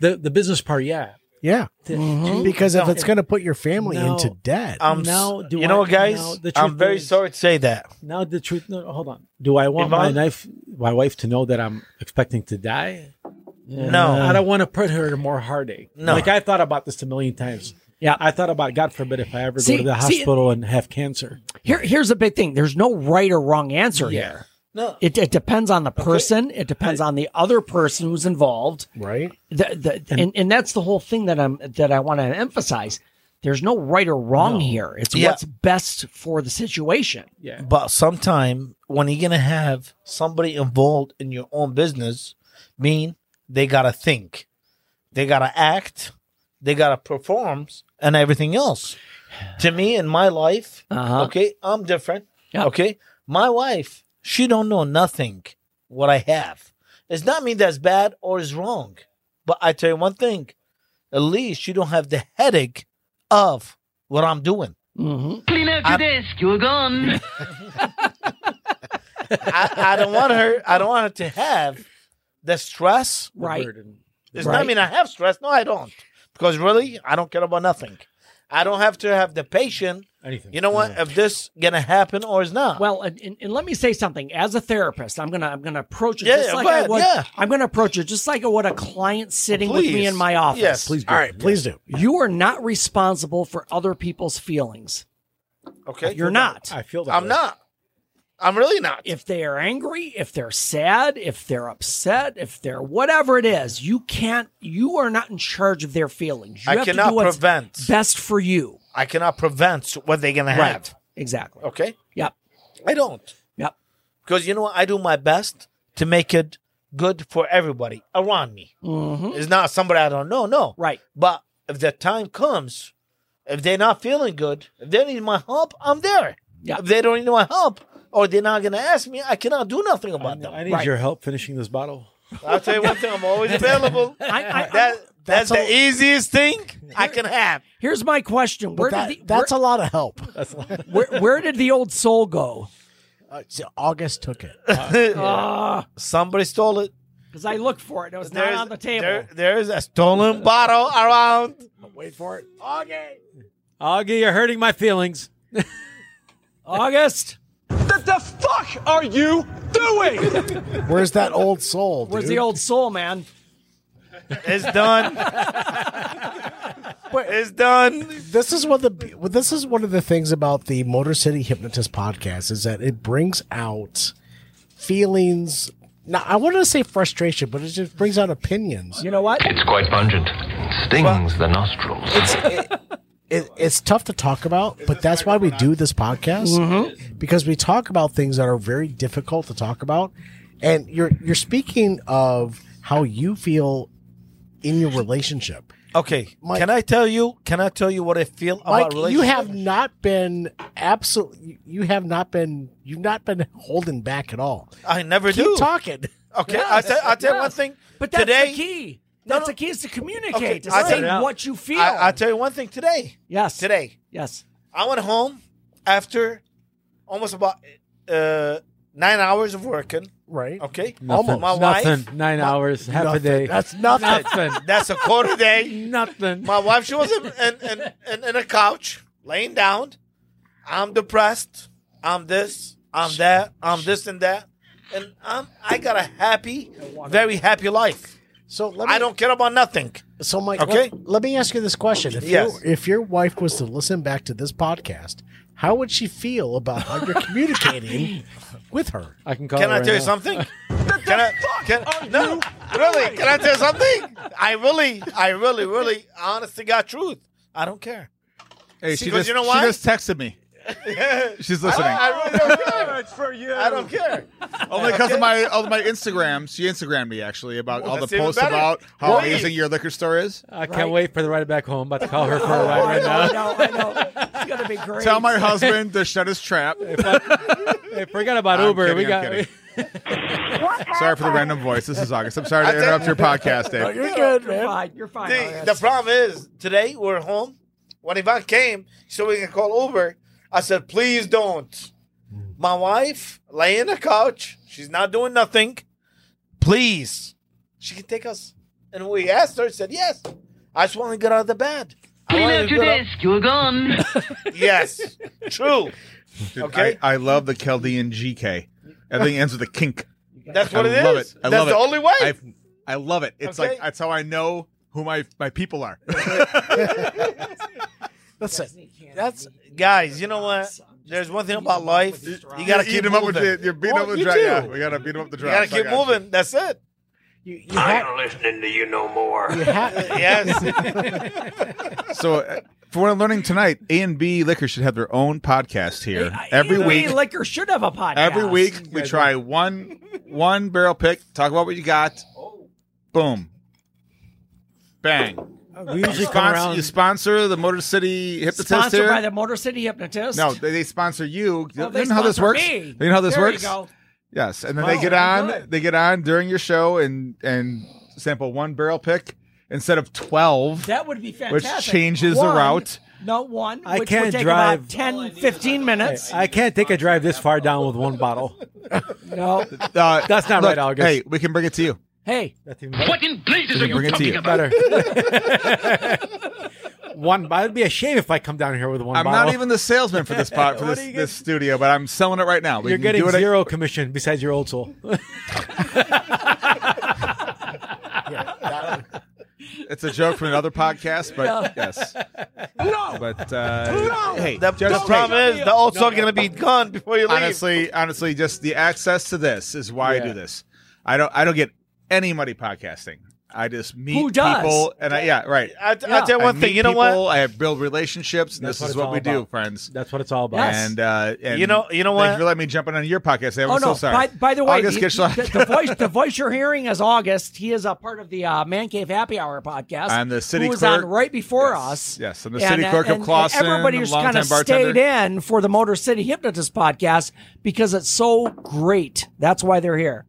D: The the business part, yeah.
C: Yeah,
D: Mhm.
C: because if
D: No.
C: it's going to put your family
D: No. Um,
C: into debt,
F: I'm
D: Now,
F: now,
D: do
F: Um, you know,
D: I-
F: guys,
D: now the
F: I'm
D: truth
F: very
D: is-
F: sorry to say that.
D: Now the truth. No, hold on. Do I want
F: If
D: my
F: I-
D: knife, my wife, to know that I'm expecting to die?
F: No.
D: I don't want to put her in more heartache.
F: No.
D: like I thought about this a million times.
A: Yeah,
D: I thought about God forbid if I ever
A: See-
D: go to the
A: see-
D: hospital and have cancer.
A: Here, here's the big thing. There's no right or wrong answer here.
F: No.
A: It, it depends on the person. It depends on the other person who's involved.
C: right?
A: The, the, and, and that's the whole thing that I'm that I want to emphasize. There's no right or wrong here. It's
F: Yeah.
A: what's best for the situation.
D: Yeah.
F: But sometime when you're gonna have somebody involved in your own business, mean they gotta think, they gotta act, they gotta perform, and everything else. To me, in my life,
A: Uh-huh.
F: okay, I'm different.
A: Yeah.
F: Okay, my wife, she don't know nothing what I have. It's not mean that's bad or is wrong, but I tell you one thing: at least you don't have the headache of what I'm doing.
A: Mm-hmm.
K: Clean up your
F: I'm-
K: desk. You're gone.
F: <laughs>
K: <laughs>
F: I, I don't want her. I don't want her to have the stress.
A: Right.
F: Does
A: Right.
F: not mean I have stress. No, I don't. Because really, I don't care about nothing. I don't have to have the patient.
D: Anything.
F: You know what? If this gonna happen or is not.
A: Well, and, and, and let me say something. As a therapist, I'm gonna I'm gonna approach it
F: Yeah,
A: just
F: yeah,
A: like
F: go
A: I
F: ahead,
A: would.
F: yeah.
A: I'm gonna approach it just like I would a client sitting with me
F: Please.
A: in my office.
F: Yes.
D: Please. Do.
C: All right, please do.
A: You are not responsible for other people's feelings.
F: okay.
A: You're not.
D: I feel that.
F: I'm
D: way.
F: not. I'm really not.
A: if they are angry, if they're sad, if they're upset, if they're whatever it is, you can't. You are not in charge of their feelings. You
F: I
A: have to
F: cannot
A: do what's
F: prevent.
A: best for you.
F: I cannot prevent what they're gonna
A: Right.
F: have.
A: Exactly.
F: Okay.
A: Yep.
F: I don't.
A: Yep.
F: Because you know what? I do my best to make it good for everybody around me. It's not somebody I don't know, no.
A: Right.
F: But if the time comes, if they're not feeling good, if they need my help, I'm there.
A: Yeah.
F: If they don't need my help or they're not going to ask me, I cannot do nothing about them.
D: I need your help finishing this bottle.
F: I'll tell you one thing, I'm always available. that, that's, the easiest thing I can have.
A: Here's my question: Where
C: that-
A: did the,
C: that's
A: where,
C: a lot of help.
A: where, where did the old soul go?
C: Uh, so August took it.
A: <laughs> Ah,
F: Somebody stole it.
A: because I looked for it. It was
F: There's-
A: not on the table.
F: There, there's a stolen bottle around.
C: Wait for it.
D: Augie, you're hurting my feelings.
A: August.
G: What the fuck are you doing?
C: Where's that old soul?
A: Where's
C: dude?
A: the old soul, man?
F: It's
A: <laughs>
F: done. it's done.
C: This is what the well, this is one of the things about the Motor City Hypnotist podcast is that it brings out feelings. Now I want to say frustration, but it just brings out opinions.
A: You know what?
H: It's quite pungent. Stings the nostrils.
C: It's
H: <laughs>
C: it, it, it's tough to talk about, but that's why we do this podcast because we talk about things that are very difficult to talk about, and you're you're speaking of how you feel in your relationship.
F: Okay.
C: Mike-
F: can I tell you? Can I tell you what I feel about
C: Mike,
F: relationship?
C: you have not been absolutely. You have not been. You've not been holding back at all.
F: I never
C: Keep
F: do.
C: talking.
F: Okay. I tell, I tell you one
A: Yes.
F: thing.
A: But that's
F: today,
A: the key.
F: No,
A: That's
F: no.
A: the key is to communicate.
F: Okay,
A: to
F: I
A: say
F: said it out.
A: what you feel.
F: I, I tell you one thing today.
A: yes.
F: Today,
A: Yes.
F: I went home after almost about uh, nine hours of working.
C: Right.
F: Okay.
C: Almost.
F: My wife.
D: Nothing. Nine hours. Half
C: Nothing.
D: a day.
C: That's nothing.
D: nothing.
F: That's a quarter day.
D: nothing.
F: My wife, she was in, in, in, in, in a couch, laying down. I'm depressed. I'm this. I'm that. I'm this and that. And I'm, I got a happy, very happy life.
C: so let me,
F: I don't care about nothing.
C: So Mike,
F: Okay.
C: let, let me ask you this question: If
F: Yes.
C: your if your wife was to listen back to this podcast, how would she feel about how
F: <laughs>
C: you're communicating with her?
D: I can call
F: Can
D: her
F: I
D: right
F: tell you
D: now.
F: something? can I? Can, no, really? Can I tell you something? I really, I really, really, honest to God, truth. I don't care.
L: Hey,
F: See,
L: she
F: 'cause
L: just,
F: you know
L: she
F: why?
L: just
F: <laughs>
L: texted me. She's listening.
F: I really don't care.
G: It's for you.
F: I don't care.
L: Only because
F: Okay.
L: of my of my Instagram. She Instagrammed me actually about all the
F: that's even
L: posts
F: better.
L: about how
F: Right.
L: amazing your liquor store is.
D: I can't wait for the ride back home. I'm about to call her
A: <laughs>
D: for a
A: Oh, I
D: ride
A: know,
D: right now.
A: I know. I know. It's gonna be great.
L: Tell my husband to shut his trap.
D: Hey, forget about
L: I'm
D: Uber. we
L: kidding, I'm
D: got.
L: kidding. Sorry for the random voice. This is August. I'm sorry to interrupt your podcast, Dave.
A: You're good, man. You're fine. You're fine.
F: The,
A: August.
F: the problem is today we're home. When Ivan came, so we can call Uber. I said, please don't.
L: Hmm.
F: My wife lay in the couch. She's not doing nothing. Please, she can take us. And we asked her. Said yes. I just want to get out of the bed. I
K: Clean
F: wanna
K: out your
F: get out-
K: desk. You're gone.
F: <laughs> Yes, true.
L: Dude,
F: Okay.
L: I, I love the Chaldean GK. Everything ends with a kink.
F: That's what
L: I
F: it is.
L: love it. I
F: That's
L: love
F: the
L: it.
F: only way.
L: I, I love it. It's
F: Okay.
L: like that's how I know who my my people are.
C: Listen,
F: That's guys. You know what? There's one thing about life. You gotta
L: eat
F: keep
L: them up with
F: moving.
L: the, you're beating
C: Well,
L: up with
C: you
L: the dry.
C: do.
L: Yeah, we gotta beat 'em up the
F: You
L: dry.
F: gotta keep moving. That's it.
L: <laughs>
C: you, you ha-
H: listening to you no
M: <laughs>
H: more.
C: you ha-
F: Yes.
L: So, uh, for what I'm learning tonight, A and B Liquor should have their own podcast here every
A: A&B
L: week.
A: liquor should have a podcast.
L: Every week we try one one barrel pick. Talk about what you got. Boom, bang.
D: We usually
L: You
D: come
L: sponsor,
D: around.
L: you sponsor the Motor City hypnotist
A: Sponsored
L: here.
A: by the Motor City Hypnotist.
L: no, they, they sponsor you.
A: Oh,
L: you know how this
A: sponsor
L: works.
A: me.
L: You know how this
A: There
L: works.
A: You go.
L: Yes, and then
A: Oh,
L: they get
A: I'm
L: on.
A: good.
L: They get on during your show and and sample one barrel pick instead of twelve.
A: That would be fantastic.
L: changes the
A: One-
L: route.
A: No, one.
D: I
A: which
D: can't
A: would take
D: drive.
A: about 10, 15 minutes.
D: I can't take a drive this far down with one bottle.
A: no.
L: Uh,
D: That's not right, August.
L: Hey, we can bring it to you.
A: Hey,
D: That's even better.
K: what in blazes are
L: Bring
K: you
L: it to
K: talking
L: you.
K: about?
D: one. It would be a shame if I come down here with one
L: I'm
D: bottle.
L: not even the salesman
D: <laughs>
L: for this pot for this, this studio, but I'm selling it right now. We
D: You're
L: can
D: getting
L: do it at-
D: zero commission besides your old soul. <laughs>
L: it's a joke from another podcast, but yes. No. But uh, hey,
F: The, the
L: just
F: problem
L: hey,
F: is the old soul gonna be gone before you leave.
L: honestly, honestly, just the access to this is why I
D: Yeah.
L: do this. I don't I don't get any money podcasting. I just meet
F: Who does?
L: people, and I yeah, right.
F: I- I tell you one thing,
L: I meet
F: you know what?
L: people, I build relationships, and
D: That's
L: this is
D: what it's
L: what we
D: all
L: do,
D: about.
L: friends.
D: That's what it's all about.
A: Yes.
L: And, uh, and
F: You know- you know
L: thank
F: what?
L: for letting me jump in on your podcast. I'm
A: oh
L: so
A: no!
L: sorry.
A: By, by the way,
L: August
A: the,
L: Kishloff-
A: the, the
L: <laughs>
A: voice the voice you're hearing is August. He is a part of the uh, Man Cave Happy Hour podcast.
L: I'm the city
A: who was
L: clerk.
A: on right before us.
L: Yes, I'm the
A: And,
L: city
A: uh,
L: clerk
A: and-
L: of
A: and
L: Clawson.
A: Everybody just
L: kind of
A: stayed in for the Motor City Hypnotist podcast because it's so great. That's why they're here.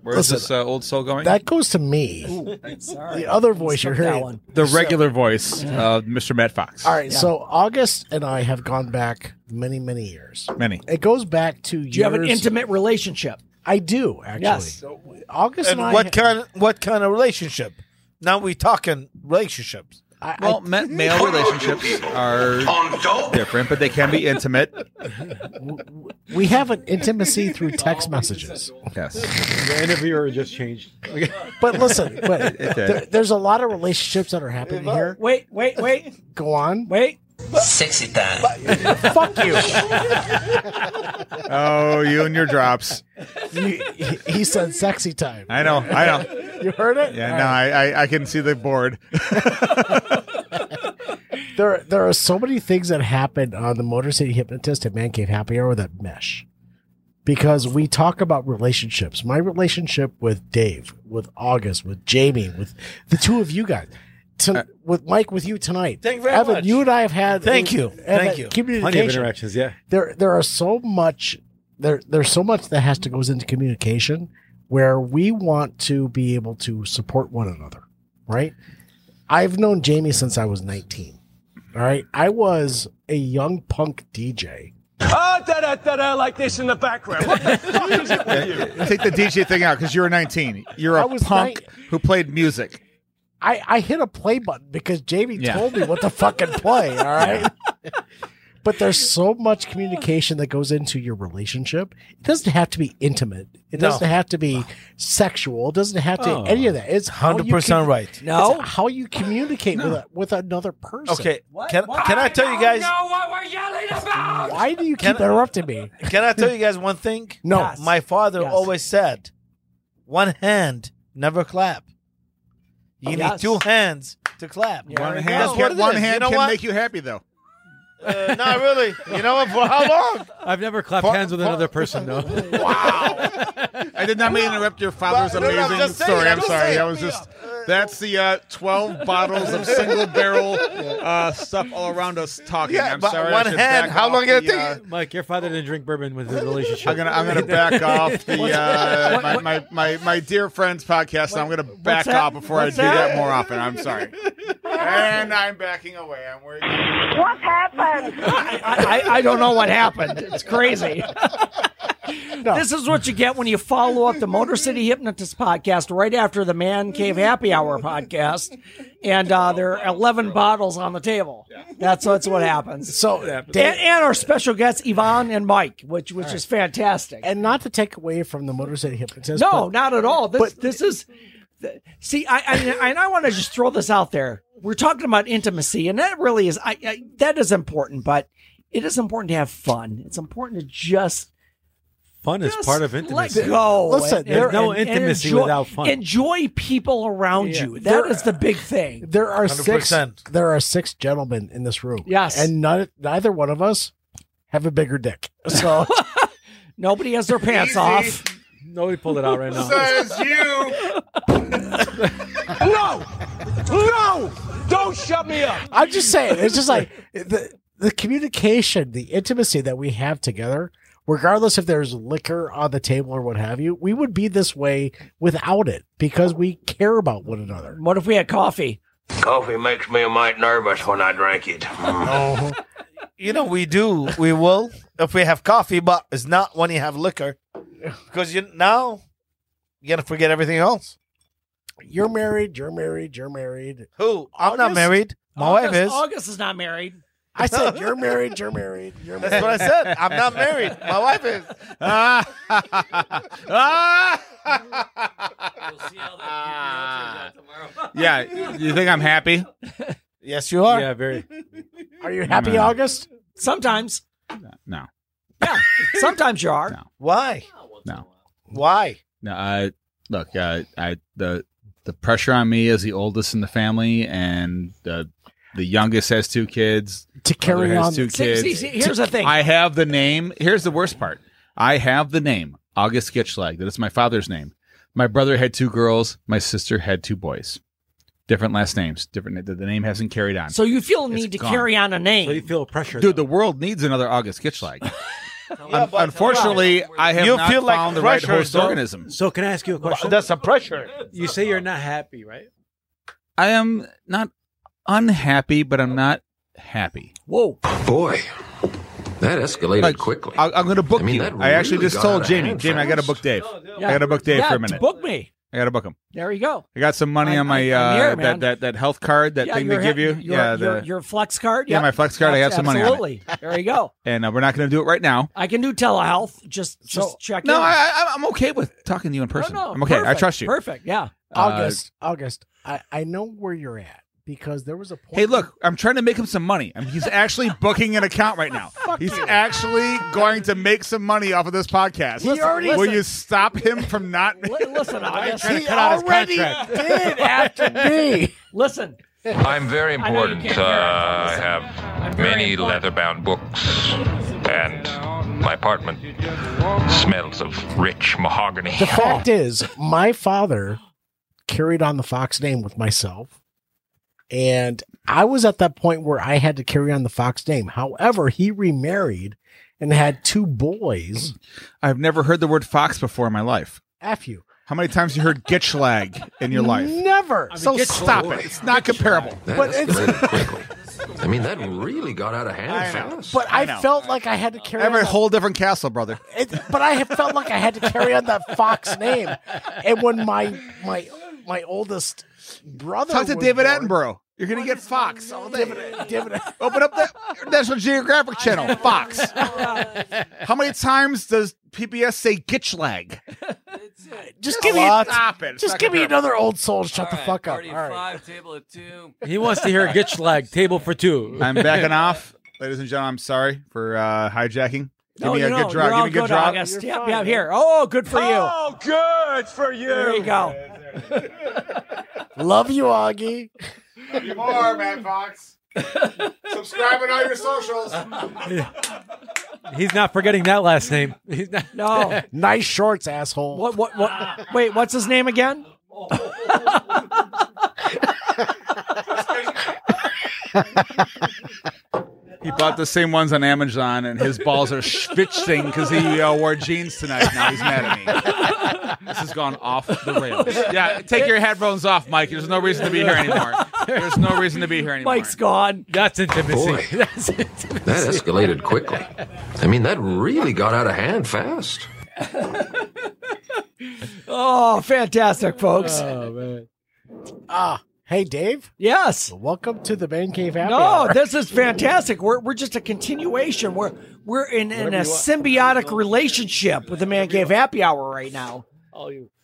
L: Where is this uh, old soul going?
C: That goes to me.
A: Sorry.
C: The other voice you're
A: Skip that
C: hearing.
A: one.
L: the regular voice of Mr. Matt Fox.
C: All right, so August and I have gone back many, many years.
L: Many.
C: It goes back to
A: Do you have an
C: years-
A: intimate relationship?
C: I do actually.
A: Yes.
C: August
F: And
C: and, I
F: what kind? What kind of relationship? Now we talking relationships.
C: I-
L: Well, ma- male relationships are different, but they can be intimate.
C: we have an intimacy through
F: <laughs>
C: text messages.
L: Yes.
D: The interviewer just changed.
C: But
L: <laughs>
C: listen, but
L: It did.
C: there- there's a lot of relationships that are happening here.
A: Wait, wait, wait,
C: Go on.
A: wait.
H: Sexy time.
C: Fuck you.
L: Oh, you and your drops.
C: You- he, he said sexy time.
L: I know. I know.
C: You heard it?
L: Yeah,
C: All
L: no,
C: right.
L: I, I, I can see the board.
C: <laughs> There, there are so many things that happen on the Motor City Hypnotist and Man Cave Happy Hour that mesh. Because we talk about relationships. My relationship with Dave, with August, with Jamie, with the two of you guys,
L: Uh,
C: to, with Mike, with you tonight.
F: Thank you very
C: Evan,
F: much.
C: you and I have had.
F: Thank you.
C: have
F: Thank
C: had
F: you.
D: Plenty of
C: Communication.
D: interactions, yeah.
C: there there are so much there there's so much that has to goes into communication where we want to be able to support one another right i've known jamie since i was 19 all right i was a young punk dj
G: <laughs> Ah, da da da da, like this in the background. What the fuck is it with you?
L: Take the DJ thing out because you were 19. You're
C: I
L: a
C: was
L: punk
C: ni-
L: who played music.
C: i i hit a play button because jamie
L: Yeah.
C: told me what to fucking play
F: <laughs>
C: all right but there's so much communication that goes into your relationship it doesn't have to be intimate it
F: No.
C: doesn't have to be sexual it doesn't have to
D: Oh.
C: any of that it's how you
F: Hundred percent
C: com-
F: right.
A: No.
C: It's how you communicate with a, with another person.
F: Okay. Can, can I tell you guys?
A: what we're yelling about?
C: Why do you
F: Can
C: keep
F: I-
C: interrupting me?
F: <laughs> Can I tell you guys one thing?
C: No.
A: Yes.
F: My father
A: Yes.
F: always said, "One hand never clap. You
A: Yes.
F: need two hands to clap.
L: One
A: There you
L: hand,
A: go.
L: can, one hand
F: You know
L: can
F: what?
L: make you happy, though.
F: Uh, not really. You know what? For
L: <laughs>
F: how long?
D: I've never clapped hands with another person, though.
L: I did not mean to interrupt your father's
F: But- no, no, I'm
L: amazing
F: just saying,
L: story. I'm
F: I'm just
L: sorry.
F: saying.
L: That was just that's the uh, twelve bottles of single barrel
D: <laughs>
L: uh, stuff all around us talking.
F: Yeah,
L: I'm
F: but
L: sorry. I
F: one
L: should
F: hand,
L: back
F: how
L: off
F: long did it
L: the,
F: take?
L: uh,
D: Mike, your father didn't drink bourbon with his relationship.
L: I'm gonna
D: <laughs>
L: I'm gonna back off the uh, my, my, my my dear friends podcast. and I'm gonna back
A: that?
L: off before
A: What's
L: I do that?
A: that?
L: more often. I'm sorry.
F: uh,
L: And I'm backing away. I'm
F: <laughs>
L: worried.
K: What happened?
A: I, I, I don't know what happened. It's
C: <laughs>
A: crazy. This is what you get when you follow up the Motor City Hypnotist podcast right after the Man Cave Happy Hour podcast, and uh, there are eleven bottles on the table. That's that's what happens.
C: So,
A: And, and our special guests Yvonne and Mike, which which is fantastic.
C: and not to take away from the Motor City Hypnotist.
A: No,
C: but
A: not at all. This,
C: but-
A: this is. th- See, I, I and I want to just throw this out there. We're talking about intimacy, and that really is I, I that is important. But it is important to have fun. It's important to just
D: Fun is
A: just
D: part of intimacy.
A: Let go.
C: Listen, there's
D: no intimacy
A: enjoy,
D: without fun.
A: Enjoy people around
D: Yeah.
A: you. That
C: There-
A: is the big thing.
C: there are
F: 100%.
C: six. There are six gentlemen in this room.
A: Yes.
C: and none, neither one of us have a bigger dick.
A: <laughs>
C: So
A: Nobody has their pants off.
D: Nobody pulled it out right now.
L: Says you.
G: No! No! Don't shut me up!
C: I'm just saying, it's just like <laughs> the the communication, the intimacy that we have together. Regardless if there's liquor on the table or what have you, we would be this way without it because we care about one another.
A: What if we had coffee?
H: Coffee makes me a mite nervous when I drink it.
A: Oh.
F: You know we do. We will if we have coffee, but it's not when you have liquor, because you now you're gonna forget everything else.
C: You're married. You're married. You're married.
F: Who? I'm not
C: August?
F: married. My
A: August,
F: wife is.
A: August is not married.
C: I said you're married. You're married. You're
F: That's
C: married.
F: what I said. I'm not married. My wife is.
L: yeah, you think I'm happy?
F: Yes, you are.
D: Yeah, very.
C: Are you happy,
L: No.
C: August?
A: Sometimes,
L: No,
A: yeah. Sometimes you are.
L: No.
F: Why?
L: no,
F: Why?
L: no. I look. Uh, I the
M: the pressure on me as the oldest in the family, and uh, the youngest has two kids.
C: To carry
M: has
C: on-
M: two
C: See,
M: kids.
C: see, see, here's the thing.
M: I have the name. Here's the worst part. I have the name August Gitschlag. That is my father's name. My brother had two girls. My sister had two boys. Different last names. Different. The the name hasn't carried on.
A: So you feel
M: It's
A: need to
M: gone.
A: carry on a name. So you
D: feel pressure.
M: Dude, the world needs another August Gitschlag. Un- unfortunately, I have not found the right host organism.
D: So can I ask you a question?
F: That's a pressure.
D: You say you're not happy, right?
M: I am not unhappy, but I'm not happy.
A: Whoa,
M: boy,
H: that escalated
M: quickly. I, am going to book
H: I mean,
M: you.
H: that
M: I actually
H: really
M: just
H: got out
M: told
H: of
M: Jamie,
H: hand
M: Jamie, I got to
H: fast.
M: book Dave.
A: Yeah.
M: I got to book Dave
A: Yeah,
M: for a minute.
A: Book me.
M: I got to book him.
A: There you go.
M: I got some money
A: I'm-
M: on my
A: I'm- I'm
M: uh,
A: here, man.
M: that, that that health card, that
A: Yeah,
M: thing
A: your
M: they give
A: he-
M: you.
A: Your,
M: yeah, the,
A: your, your flex card.
M: Yeah,
A: Yep.
M: my flex card, I have some money on it.
A: Absolutely. There you go.
M: and uh, we're not going to do it right now.
A: I can do telehealth.
M: <laughs>
A: Just just
M: So-
A: check.
M: No,
A: in.
M: I, I, I'm okay with talking to you in person.
A: no,
M: I'm okay. I
A: perfect,
M: trust you.
A: perfect, yeah.
M: Uh,
C: August, August, I, I know where you're at because there was a point.
M: Hey, look, I'm trying to make him some money. I mean,
C: <laughs>
M: he's actually booking an account right now. He's actually going to make some money off of this podcast.
C: He already-
M: Will
C: listen.
M: you stop him from not? <laughs>
A: Listen, August.
M: trying to cut out his contract.
A: did
M: <laughs>
A: after me. Listen.
J: I'm very
A: I know you
J: important.
A: can't
J: Uh,
A: hear
J: I
A: it.
J: have many leather bound books, and my apartment smells of rich mahogany.
C: The fact is, my father carried on the Fox name with myself. And I was at that point where I had to carry on the Fox name. However, he remarried and had two boys.
M: I've never heard the word fox before in my life.
C: F you.
M: How many times you heard Gitchlag in your life?
C: Never.
M: so stop it. It's not comparable.
C: But it's-
H: quickly. I mean, that really got out of hand fast.
C: But I,
M: know.
C: felt like I had to
M: I
C: carry
M: have
C: on
M: a
C: that,
M: whole different castle, brother.
C: it, but I have felt like I had to carry on that Fox name. And when my my my oldest brother
M: Talk to
C: was
M: David
C: born-
M: Attenborough. You're gonna get Fox all day.
C: David,
M: Open up the National Geographic Channel. Fox. How many times does PBS say Gitchlag?
C: Just
M: Just
C: give me
M: stop it. It's
C: Just
M: not
C: give me
M: comparable.
C: another old soul. Shut the fuck up. All right.
N: Five table of two.
D: He wants to hear a Gitchlag table for two.
M: I'm backing off, ladies and gentlemen. I'm sorry for uh, hijacking. Give
A: No,
M: me a
A: no,
M: good draw.
A: You're
M: Give
A: all
M: me a good,
A: good,
M: draw.
A: August. Yep, yeah, here. Oh, good for you.
G: Oh, good for you.
A: There you go.
C: Love you, Augie.
L: Love you more,
M: <laughs>
L: Matt Fox. Subscribe on all your socials.
D: He's not forgetting that last name. <laughs> He's not.
A: No.
C: nice shorts, asshole.
A: What? What? What? Wait, what's his name again?
M: He bought the same ones on Amazon, and his balls are schwitzing because he uh, wore jeans tonight. Now he's mad at me. This has gone off the rails. Yeah, take your headphones off, Mike. There's no reason to be here anymore. There's no reason to be here anymore.
A: Mike's gone.
D: That's intimacy.
H: Boy.
D: <laughs> That's intimacy.
H: That escalated quickly. I mean, that really got out of hand fast.
A: Oh, fantastic, folks.
D: Oh, man.
C: Ah, hey, Dave.
A: Yes.
C: Welcome to the Man Cave Happy
A: No,
C: Hour.
A: this is fantastic. We're, we're just a continuation. We're we're in, in a symbiotic relationship with the Man Cave Happy Hour right now.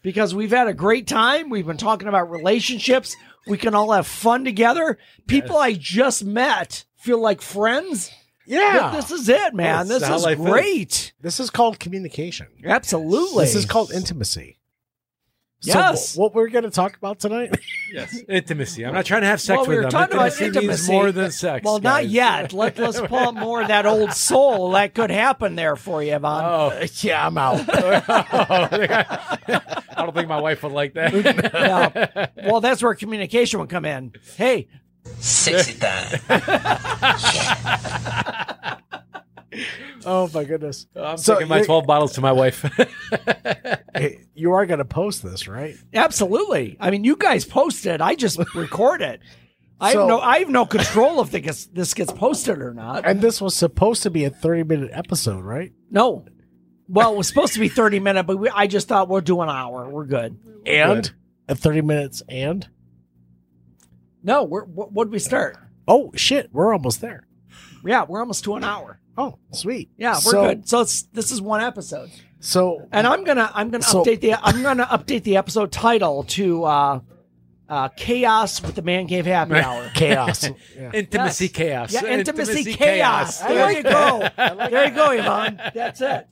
A: Because we've had a great time. We've been talking about relationships. We can all have fun together. People I just met feel like friends.
C: Yeah.
A: Th- This is it, man.
C: That's
A: This
C: how
A: is
C: life is.
A: great.
C: This is called communication.
A: Absolutely.
C: This is called intimacy.
A: Yes.
C: So, wh- what we're going to talk about tonight? <laughs>
D: Yes, intimacy. I'm not trying to have sex
A: Well, we
D: with
A: were
D: them.
A: talking about
D: Intimacy, means
A: intimacy.
D: more than sex.
A: Well, not
D: guys. <laughs>
A: yet. Let, let's pull up more of that old soul. That could happen there for you, Yvonne.
D: Oh.
C: yeah, I'm out.
D: I don't think my wife would
A: <laughs>
D: like that.
A: Yeah. Well, that's where communication would come in. Hey.
H: Sexy time.
C: oh, my goodness.
D: <laughs> I'm
C: So
D: taking my
C: you're-
D: 12 bottles to my wife. <laughs>
C: Hey, You are going to post this, right?
A: Absolutely. I mean, you guys post it. I just record it. I
C: So-
A: have no. I have no control if this gets, this gets posted or not.
C: And this was supposed to be a 30 minute episode, right?
A: No. Well, it was supposed to be thirty minute, but we, I just thought we'll do an hour. We're good.
C: And at 30 minutes and?
A: No, we're what would we start?
C: Oh, shit. We're almost there.
A: Yeah, we're almost to an hour.
C: Oh, sweet.
A: Yeah, we're
C: So-
A: good. So it's, this is one episode,
C: So,
A: and I'm gonna I'm gonna
C: So-
A: update the I'm gonna update the episode title to uh, uh, chaos with the man cave
C: <laughs>
A: happy hour.
C: chaos.
D: Intimacy chaos.
A: Yeah, intimacy, chaos.
D: chaos.
A: There you go. there you go, Yvonne. That's it.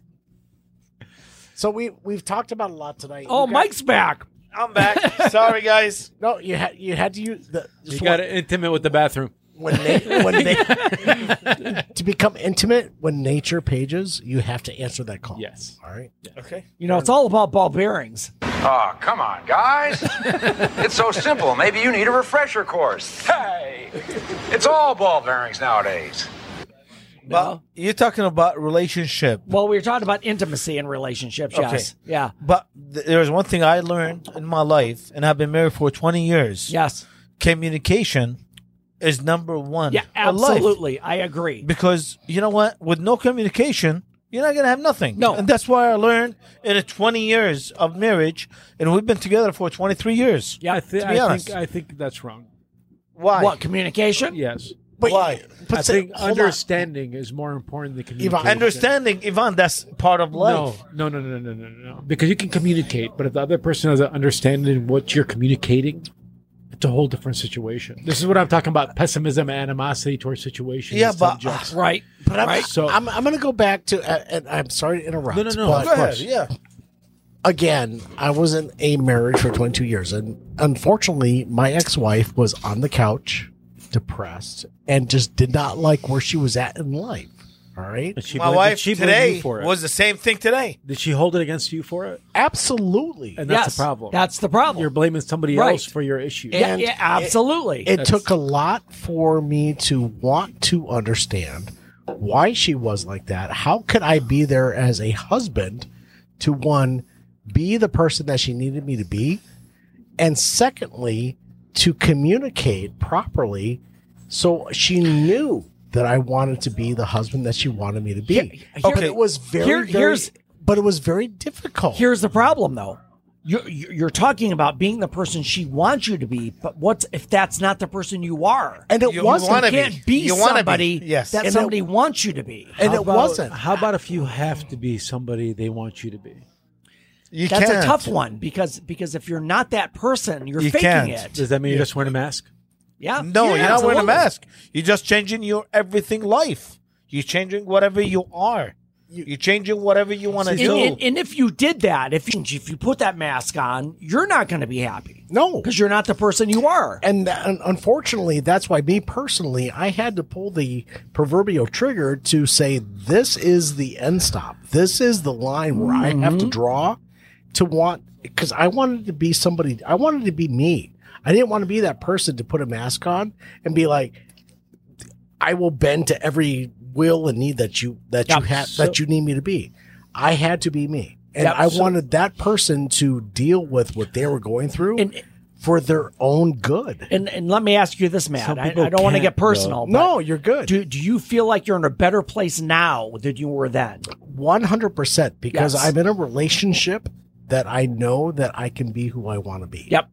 C: So we we've talked about a lot tonight.
A: Oh,
C: You guys-
A: Mike's back.
F: I'm back. Sorry, guys.
C: No, you had you had to use the
D: You got intimate with the bathroom.
C: when they when they <laughs> to become intimate when nature pages, you have to answer that call. Yes. All right.
F: Okay.
A: You know, it's all about ball bearings.
H: Oh, come on, guys. it's so simple. Maybe you need a refresher course. Hey, it's all ball bearings nowadays.
F: Well, you're talking about relationship.
A: Well, we were talking about intimacy in relationships. Yes. Yeah.
F: But th- there is one thing I learned in my life, and I've been married for 20 years.
A: Yes.
F: Communication is number one.
A: Yeah,
F: in life.
A: absolutely. I agree.
F: Because you know what? With no communication, you're not going to have nothing.
A: No.
F: And that's why I learned in the 20 years of marriage, and we've been together for 23 years.
D: Yeah, I, thi-
F: to be
D: I
F: honest.
D: think I think that's wrong.
F: why?
A: What communication?
D: Yes,
C: But,
F: Why?
C: But
D: I
C: say-
D: think
C: hold on.
D: understanding is more important than communication.
F: Understanding, Ivan, that's part of life.
D: No, no, no, no, no, no, no. Because you can communicate, but if the other person doesn't understand what you're communicating, it's a whole different situation. This is what I'm talking about: pessimism, and animosity towards situations.
F: Yeah,
D: and
F: but-
D: subjects.
A: Right.
C: But uh, I'm,
A: Right.
D: So-
C: I'm, I'm going to go back to, uh, and I'm sorry to interrupt.
D: No, no, no,
C: But
D: of course.
F: Yeah.
C: again, I was in a marriage for 22 years, and unfortunately, my ex wife was on the couch, depressed, and just did not like where she was at in life. All right.
D: And she
F: My
D: blamed-
F: wife
D: she blamed
F: today
D: you for it.
F: was the same thing today.
D: Did she hold it against you for it?
C: Absolutely.
D: And that's
A: Yes,
D: the problem.
A: That's the problem.
D: you're blaming somebody
A: Right.
D: else for your issue.
A: yeah,
C: and
A: yeah,
C: it-
A: absolutely.
C: It took a lot for me to want to understand why she was like that. How could I be there as a husband to one, be the person that she needed me to be? And secondly, to communicate properly so she knew that I wanted to be the husband that she wanted me to be.
A: here-
C: but it was very,
A: here-
C: very-
A: here's-
C: but it was very difficult.
A: Here's the problem, though. You're, you're talking about being the person she wants you to be, but what's if that's not the person you are?
C: and it
F: You- you
C: wasn't
F: wanna
A: you can't be
F: You wanna be.
A: somebody
F: Yes.
A: that
C: And
A: somebody
C: it-
A: wants you to be.
C: and
D: How
C: it
D: about-
C: wasn't.
D: How about if you have to be somebody they want you to be?
F: You
A: That's
F: can't.
A: a tough one because because if you're not that person, you're
F: You
A: faking
F: can't.
A: it.
D: Does that mean you're just wearing a mask?
A: Yeah.
F: No,
A: Yeah,
F: you're not wearing a
A: absolutely.
F: mask. You're just changing your everything life. You're changing whatever you are. You're changing whatever you want to
A: And,
F: do.
A: and- and if you did that, if you, if you put that mask on, you're not going to be happy
C: no.
A: because you're not the person you are.
C: and th- un- unfortunately, that's why me personally, I had to pull the proverbial trigger to say this is the end stop. This is the line where I have to draw to want because I wanted to be somebody. I wanted to be me. I didn't want to be that person to put a mask on and be like, I will bend to every will and need that you that you
A: Yeah,
C: have
A: so-
C: that you need me to be. I had to be me. And
A: Yeah,
C: I
A: so-
C: wanted that person to deal with what they were going through
A: And-
C: for their own good.
A: And and let me ask you this, Matt.
D: Some
A: I,
D: people
A: I don't want to
D: can't,
A: get personal. but
C: No, you're good.
A: Do do you feel like you're in a better place now than you were then?
C: One hundred percent, because
A: Yes.
C: I'm in a relationship that I know that I can be who I want to be.
A: Yep.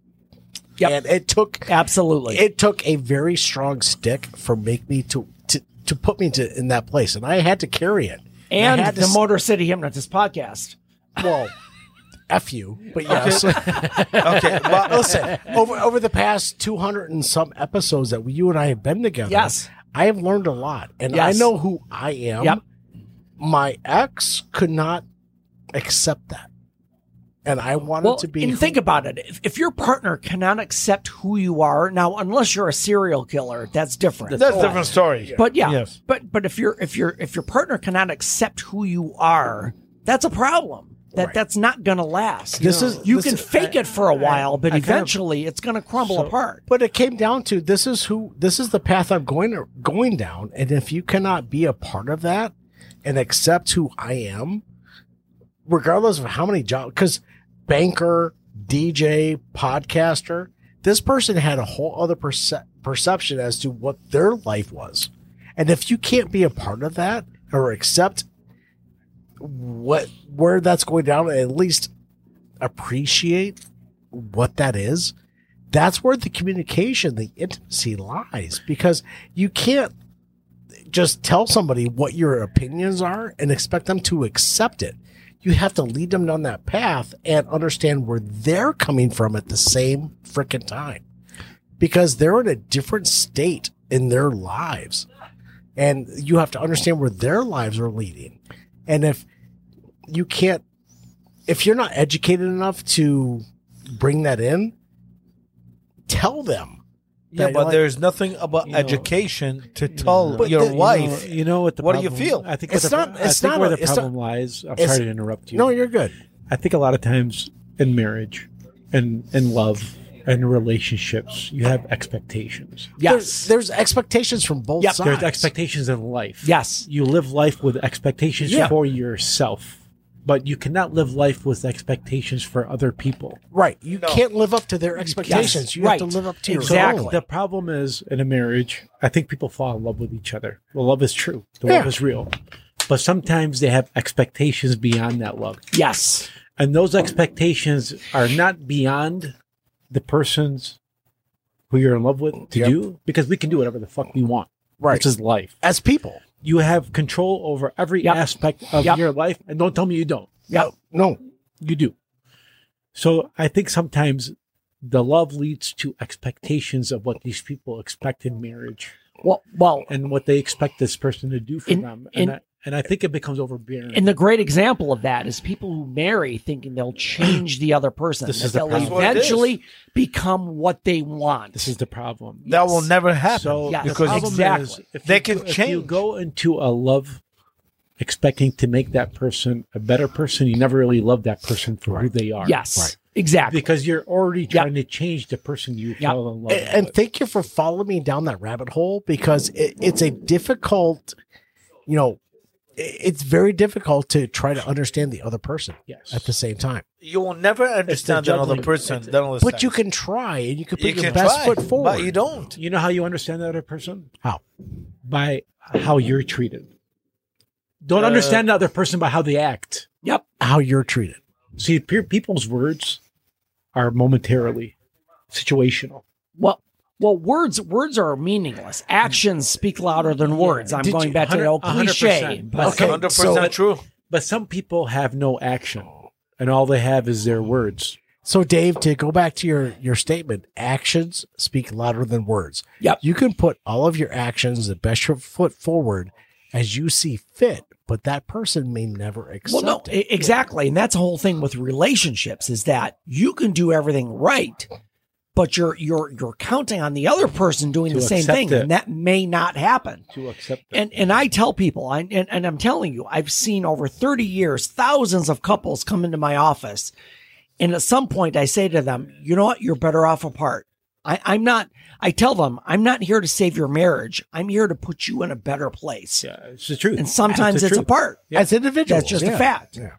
A: Yep.
C: And it took
A: Absolutely.
C: it took a very strong stick for make me to to, to put me to in that place, and I had to carry it. I
A: and
C: had to
A: the
C: s-
A: Motor City Hypnotist podcast.
C: well, <laughs> f you, but yes. <laughs>
F: okay, but
C: Listen, over over the past two hundred and some episodes that we, you and I have been together,
A: Yes.
C: I have learned a lot, and
A: Yes.
C: I know who I am.
A: Yep.
C: My ex could not accept that, and I wanted
A: Well,
C: to be.
A: and
C: who-
A: think about it. If, if your partner cannot accept who you are now, unless you're a serial killer, that's different.
F: that's a different story.
A: But yeah,
F: Yes.
A: but but if you're if you're if your partner cannot accept who you are, that's a problem. That that's not going to last.
C: This is-
A: you
C: this
A: can
C: is-
A: fake it for a while, but
D: I kind of-
A: eventually it's going to crumble apart.
C: but it came down to this is who this is the path I'm going to, going down, and if you cannot be a part of that and accept who I am, regardless of how many jobs, because banker, DJ, podcaster, this person had a whole other perce- perception as to what their life was, and if you can't be a part of that or accept what where that's going down, at least appreciate what that is that's where the communication, the intimacy lies because you can't just tell somebody what your opinions are and expect them to accept it. You have to lead them down that path and understand where they're coming from at the same freaking time because they're in a different state in their lives. And you have to understand where their lives are leading. And if you can't, if you're not educated enough to bring that in, tell them.
F: Yeah,
C: that,
F: but
C: like,
F: there's nothing about education to tell your
C: the-
F: wife.
D: Uh, You know what? The
F: what
D: problem-
F: do you feel?
D: I think
C: It's
D: what the-
C: not-
D: I
C: it's
D: think
C: not
D: where
C: a-
D: the
C: it's not-
D: problem lies. I'm
C: it's-
D: sorry to interrupt you.
C: No, you're good.
D: I think a lot of times in marriage, and in love, and relationships, you have expectations.
C: Yes, there's, there's expectations from both
D: Yep,
C: sides.
D: there's expectations in life.
A: Yes.
D: You live life with expectations
C: Yeah.
D: for yourself, but you cannot live life with expectations for other people.
C: Right, you can't live up to their expectations. you have
D: right.
C: to live up to your
D: So
C: own.
D: the problem is in a marriage, I think people fall in love with each other. The love is true. The love
C: Yeah.
D: is real. But sometimes they have expectations beyond that love.
A: Yes.
D: And those expectations are not beyond the person's who you're in love with to
C: Yep.
D: do because we can do whatever the fuck we want.
C: Right.
D: Which is life.
C: As people,
D: You have control over every aspect of
A: Yep.
D: your life. And don't tell me you don't.
A: Yep.
C: No,
D: You do. So I think sometimes the love leads to expectations of what these people expect in marriage
A: Well, well,
D: and what they expect this person to do for
A: In-
D: them.
A: in-
D: and, I, and I think it becomes overbearing.
A: And the great example of that is people who marry thinking they'll change the other person.
D: This
A: that
D: is the
A: they'll
D: problem. That's what
F: it is.
A: eventually become what they want.
D: this is the problem.
F: That will never happen.
D: So
A: Yes,
D: the problem
A: exactly.
D: is if
F: They
D: you
F: can
D: go- if you
F: change.
D: go into a love expecting to make that person a better person, you never really love that person for who they are.
A: yes. Exactly.
D: Because you're already trying to change the person you fell in love
C: and, and
D: with.
C: thank you for following me down that rabbit hole because it, it's a difficult you know i- it's very difficult to try to understand the other person
D: Yes.
C: at the same time
F: You will never understand another
D: juggling.
F: person.
D: It's-
F: That will
C: but you can try and you can put
F: you
C: your
F: can
C: best
F: try,
C: foot forward
F: but you don't.
D: You know how you understand that other person?
C: how
D: By how you're treated. Don't understand the other person by how they act.
A: Yep.
C: how you're treated
D: See, pe- people's words are momentarily situational.
A: Well, well, words words are meaningless. Actions speak louder than words. I'm
D: Mm. Did
A: going
D: you-
A: back to the old
D: 100%,
A: cliche. But
D: Okay,
F: Hundred
C: so-
F: percent true.
D: But some people have no action, and all they have is their words.
C: so dave to go back to your your statement actions speak louder than words
A: Yep.
C: you can put all of your actions the best your foot forward as you see fit but that person may never
A: well,
C: accept
A: no,
C: it
A: e- exactly, and that's the whole thing with relationships is that you can do everything right, but you're you're you're counting on the other person doing
D: To
A: the same
D: accept
A: thing,
D: it.
A: and that may not happen.
D: To accept that.
A: And and I tell people, I, and and I'm telling you, I've seen over 30 years thousands of couples come into my office, and at some point I say to them, you know what, you're better off apart. I, I'm not. I tell them I'm not here to save your marriage. I'm here to put you in a better place.
D: yeah, it's the truth.
A: And sometimes
D: the
A: it's
D: truth.
A: apart.
C: as individuals
A: That's just
C: yeah.
A: a fact.
C: yeah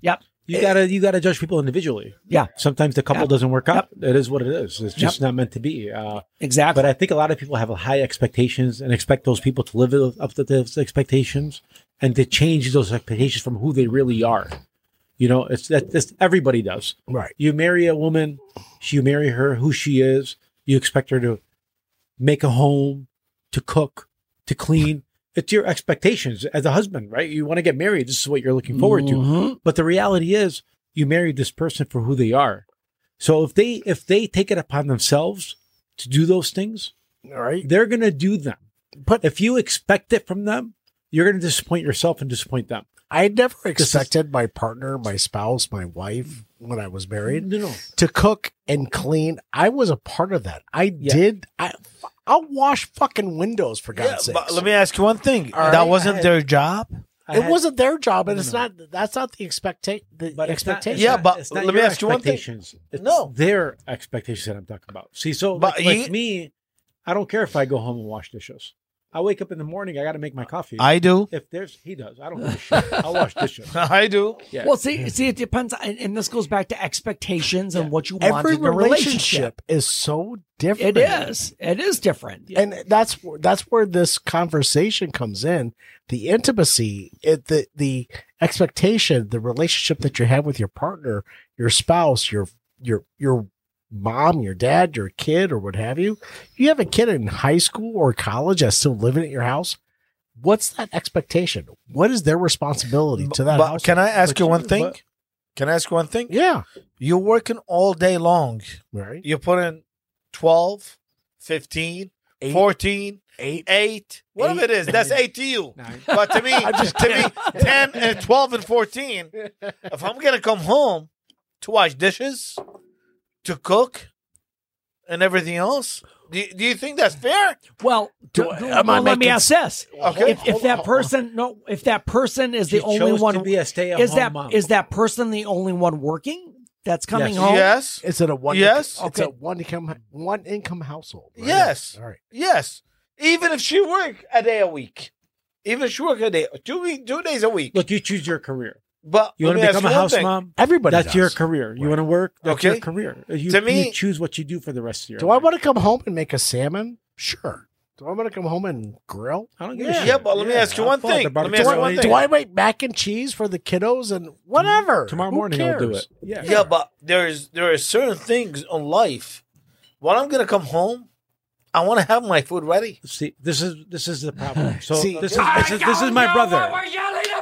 A: Yep.
D: You gotta you gotta judge people individually.
A: Yeah.
D: Sometimes the couple
A: Yep.
D: doesn't work out. It is what it is. It's just not meant to be. Uh,
A: Exactly.
D: but I think a lot of people have high expectations and expect those people to live up to those expectations and to change those expectations from who they really are. You know, it's that this everybody does.
C: right
D: You marry a woman, she- you marry her who she is. You expect her to make a home, to cook, to clean. It's your expectations as a husband, right? You want to get married. This is what you're looking forward to. But the reality is, you married this person for who they are. So if they if they take it upon themselves to do those things,
C: all right
D: they're going to do them.
C: But-
D: But if you expect it from them, you're going to disappoint yourself and disappoint them.
C: I never
D: is-
C: expected my partner, my spouse, my wife, when I was married,
D: No, no.
C: to cook and clean. I was a part of that. I
D: Yeah.
C: did. I, I'll wash fucking windows for God's
F: Yeah,
C: sake.
F: but let me ask you one thing.
C: All
F: that
C: right,
F: wasn't
D: I-
F: their job.
D: I
C: it
D: had-
C: wasn't their job, and
D: No,
C: it's
D: no.
C: not. That's not the expectation. The
D: But it's not- it's
C: expectation.
F: Yeah,
D: not-
F: but
D: it's not
F: let me
D: your
F: ask you one thing.
D: expectations. It's
F: No.
D: their expectations that I'm talking about. See, so
F: But
D: like, like
F: you-
D: me, I don't care if I go home and wash dishes. I wake up in the morning. I got to make my coffee.
C: <laughs>
F: I do.
D: if there's he does, I don't give a shit. I'll wash dishes.
F: I do.
D: Yeah.
A: Well, see, see, it depends, and, and this goes back to expectations and what you want
C: Every
A: in a relationship.
C: relationship is so different.
A: It is. It is different.
C: and that's wh- that's where this conversation comes in the intimacy it, the the expectation the relationship that you have with your partner your spouse your your your mom your dad your kid or what have you you have a kid in high school or college that's still living at your house what's that expectation what is their responsibility to that
F: But
C: house
F: can I ask you one thing?
D: but-
F: Can I ask you one thing?
C: yeah
F: You're working all day long.
C: right
F: You put in 12, 15,
C: Eight.
F: 14,
C: eight
F: 8, whatever
C: Eight.
F: it is.
C: <laughs>
F: That's 8 to you. But to me, to <laughs> me 10,
C: <laughs>
F: and 12, and 14, if I'm going to come home to wash dishes, to cook and everything else? Do you, do you think that's fair?
A: Well,
F: do,
A: well, let me ask this:
F: Okay,
A: if, if that person, no, if that person is
D: She
A: the only
D: chose
A: one,
D: to be a stay-at-home
A: is that
D: mom.
A: is that person the only one working that's coming home?
C: Is it a one?
F: Yes.
C: It's a one income one income household. right?
F: Yes.
C: All right.
F: Yes. Even if she worked a day a week, even if she worked a day, two week, two days a week.
D: Look, you choose your career.
F: But
D: You
F: let
D: want
F: me
D: to
F: ask
D: become a
F: you one
D: house
F: thing.
D: mom?
C: Everybody
D: That's
C: does.
D: your career. You want to work? That's your
F: Okay.
D: career. You,
F: To
D: you
F: me-
D: choose what you do for the rest of your
C: Do I
D: life.
C: want to come home and make a salmon? Sure. Do I want to come home and grill?
D: I don't give a
F: Yeah,
D: shit.
F: but let me
D: Yeah,
F: ask you
D: I'll
F: one
D: fall at
F: thing.
D: the
F: Let me
D: barbecue.
F: ask you one thing.
C: Do I make mac and cheese for the kiddos and whatever?
D: Tomorrow
C: Who
D: morning I'll do
C: cares?
D: it. Yeah.
F: Yeah, but there is there are certain things on life. When I'm gonna come home, I want to have my food ready.
D: See, this is this is the problem. So
C: See,
D: this is this is, this is my brother.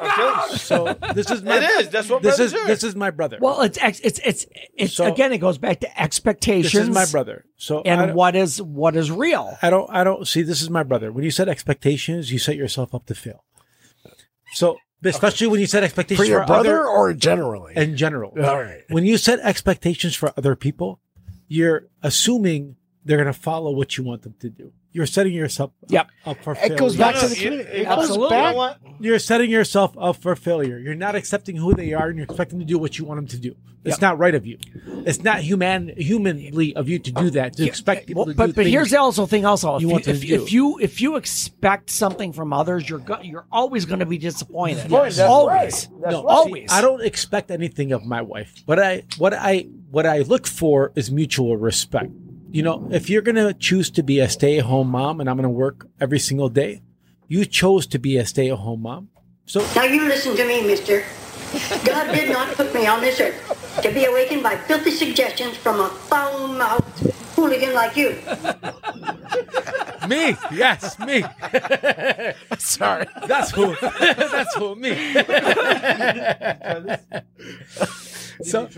F: Okay.
D: So this is my
F: It is. That's what
D: this is
F: brothers are.
D: this is my brother.
A: Well, it's ex- it's it's it's
D: So-
A: again. It goes back to
D: this
A: expectations.
D: is my brother. So I
A: and
D: don't-
A: what is what is real.
D: I don't I don't see this is my brother. When you set expectations, you set yourself up to fail. So especially when you set
C: For
D: expectations
C: your brother
D: other,
C: or generally?
D: in general.
C: All
D: <laughs>
C: right.
D: When you set expectations for other people, you're assuming they're going to follow what you want them to do. You're setting yourself
A: Yep.
D: up for failure.
C: It goes back
F: No,
C: to
F: no,
C: the
F: you-
C: community.
F: you
C: It
F: know
C: goes
F: what? You know
C: back.
F: what?
D: You're setting yourself up for failure. You're not accepting who they are, and you're expecting to do what you want them to do. It's not right of you. It's not human, humanly of you to do that. To expect people
A: Well,
D: to do
A: but but
D: things.
A: here's the also thing also if
D: you
A: you,
D: want them
A: if,
D: to
A: if
D: do.
A: you if you expect something from others you're go- you're always going to be disappointed
F: Disappointed, that's
A: always
F: right. That's
D: No,
F: right.
D: see,
A: always
D: I don't expect anything of my wife, but I what I what I look for is mutual respect. You know, if you're gonna choose to be a stay-at-home mom and I'm gonna work every single day, you chose to be a stay-at-home mom. So
K: Now you listen to me, mister. God did not put me on this earth to be awakened by filthy suggestions from a foul-mouthed hooligan like you.
M: me, yes, me.
C: Sorry.
D: that's who <laughs> that's who me. <laughs> so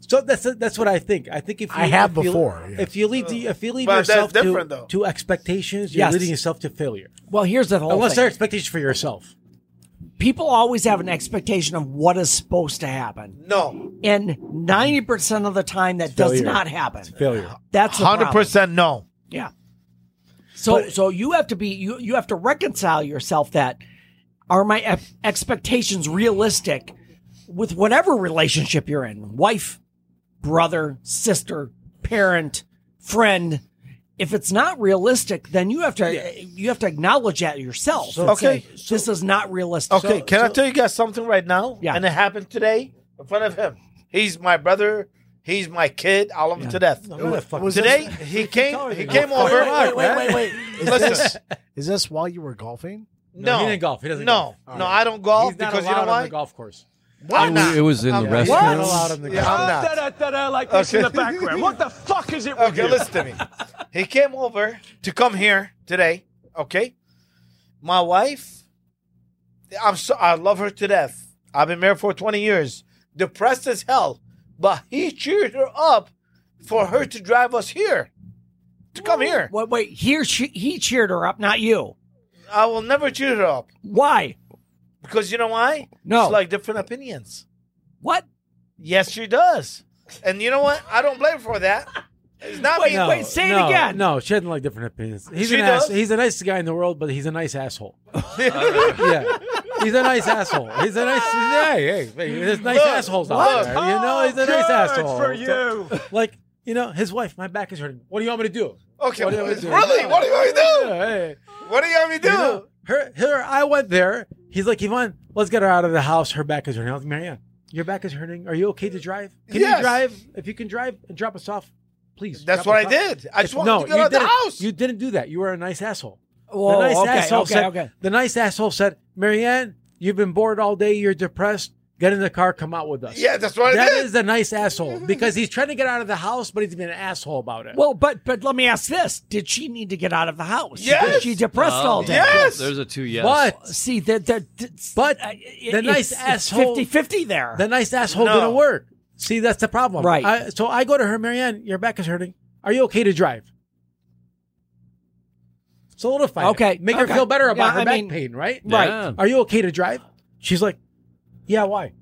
D: so that's that's what I think. I think if you,
C: I have
D: if you-
C: before, yeah.
D: if you leave the, if you leave
F: But that's
D: yourself
F: different,
D: to,
F: though.
D: to expectations, you're
A: Yes.
D: leading yourself to failure.
A: well here's
C: Oh,
A: the whole
D: Unless
A: thing.
D: they're expectations for yourself.
A: people always have an expectation of what is supposed to happen
F: No,
A: and 90% of the time that does
D: Failure.
A: not happen
D: Failure.
A: that's the
F: hundred
A: problem.
F: percent no.
A: Yeah. So so you have to be you you have to reconcile yourself that are my ex- expectations realistic with whatever relationship you're in wife brother sister parent friend if it's not realistic then you have to you have to acknowledge that yourself
D: So-
A: and
F: Okay.
A: say, this is not realistic
F: Okay, can I tell you guys something right now?
A: Yeah.
F: And it happened today in front of him. He's my brother. He's my kid. I love him to death.
D: I'm gonna fucking-
F: today
D: <laughs>
F: he came.
D: telling
F: He
D: you.
F: came
D: Fuck
F: over.
D: Rock, man.
C: Wait, wait. Is
F: Listen.
C: this, is this while you were golfing?
F: No,
D: he didn't golf. He doesn't
F: No,
D: golf.
F: no, I don't golf
D: He's not
F: because you know
D: allowed on
F: why?
D: the golf course.
F: Why not?
N: It was in the
F: I'm-
D: He's not
N: restroom.
D: allowed on the golf.
F: Yeah,
C: Ah,
F: I'm not.
G: Da-da-da-da like this in the
F: <laughs> Okay.
G: background. What the fuck is it with
F: Okay,
G: you?
F: listen to me. He came over to come here today. Okay, my wife. I'm so I love her to death. I've been married for 20 years. Depressed as hell, but he cheered her up for her to drive us here, to come here.
A: wait wait he or she, he cheered her up not you
F: I will never cheer her up
A: why
F: because you know why?
A: No.
F: it's like different opinions.
A: what
F: Yes, she does, and you know what? I don't blame her for that. It's not me.
A: No. Wait, say it
D: no,
A: again.
D: No, she doesn't like different opinions. He's
F: She
D: an ass,
F: does?
D: he's the nicest guy in the world, but he's a
F: <laughs>
D: nice asshole. yeah. He's a nice asshole. He's a nice hey, hey, hey, there's nice
F: Look,
D: assholes out
F: look.
D: there. You know, he's a nice
G: Good
D: asshole.
G: for
D: So,
G: you.
D: like, you know, his wife, my back is hurting. What do you want me to do?
F: Okay,
D: What do you want me to do?
F: really? What do you want me
D: Yeah,
F: to
D: hey.
F: do? What do you want me to do?
D: You know, her, her, I went there. He's like, Yvonne, let's get her out of the house. Her back is hurting. I was like, Marianne, your back is hurting. Are you okay to drive? Can
F: Yes.
D: you drive? If you can drive, drop us off, please.
F: That's
D: Drop
F: what I
D: us off.
F: did. I just wanted
D: no,
F: to get out of the
D: didn't-
F: house.
D: You didn't do that. You were a nice asshole.
A: Whoa,
D: the nice
A: Oh, okay,
D: asshole
A: okay,
D: said,
A: okay.
D: The nice asshole said, Marianne, you've been bored all day. You're depressed. Get in the car. Come out with us.
F: Yeah, that's what I
D: That
F: did.
D: is a nice asshole because he's trying to get out of the house, but he's been an asshole about it.
A: well but but let me ask this did she need to get out of the house
F: Yes.
A: was she depressed all day
F: Yes!
N: There's a two yes.
D: but
A: See, that that
D: But the nice asshole-
A: 50 50 there.
D: The nice asshole
F: No.
D: didn't work. See, that's the problem.
A: Right.
D: I, so I go to her, Marianne, your back is hurting. Are you okay to drive? Solidify. it.
A: Okay,
D: Make her
A: okay.
D: feel better about
A: Yeah,
D: her
A: I
D: back
A: mean-
D: pain, right?
A: Right.
N: Yeah.
D: Are you okay to drive? She's like, Yeah, why?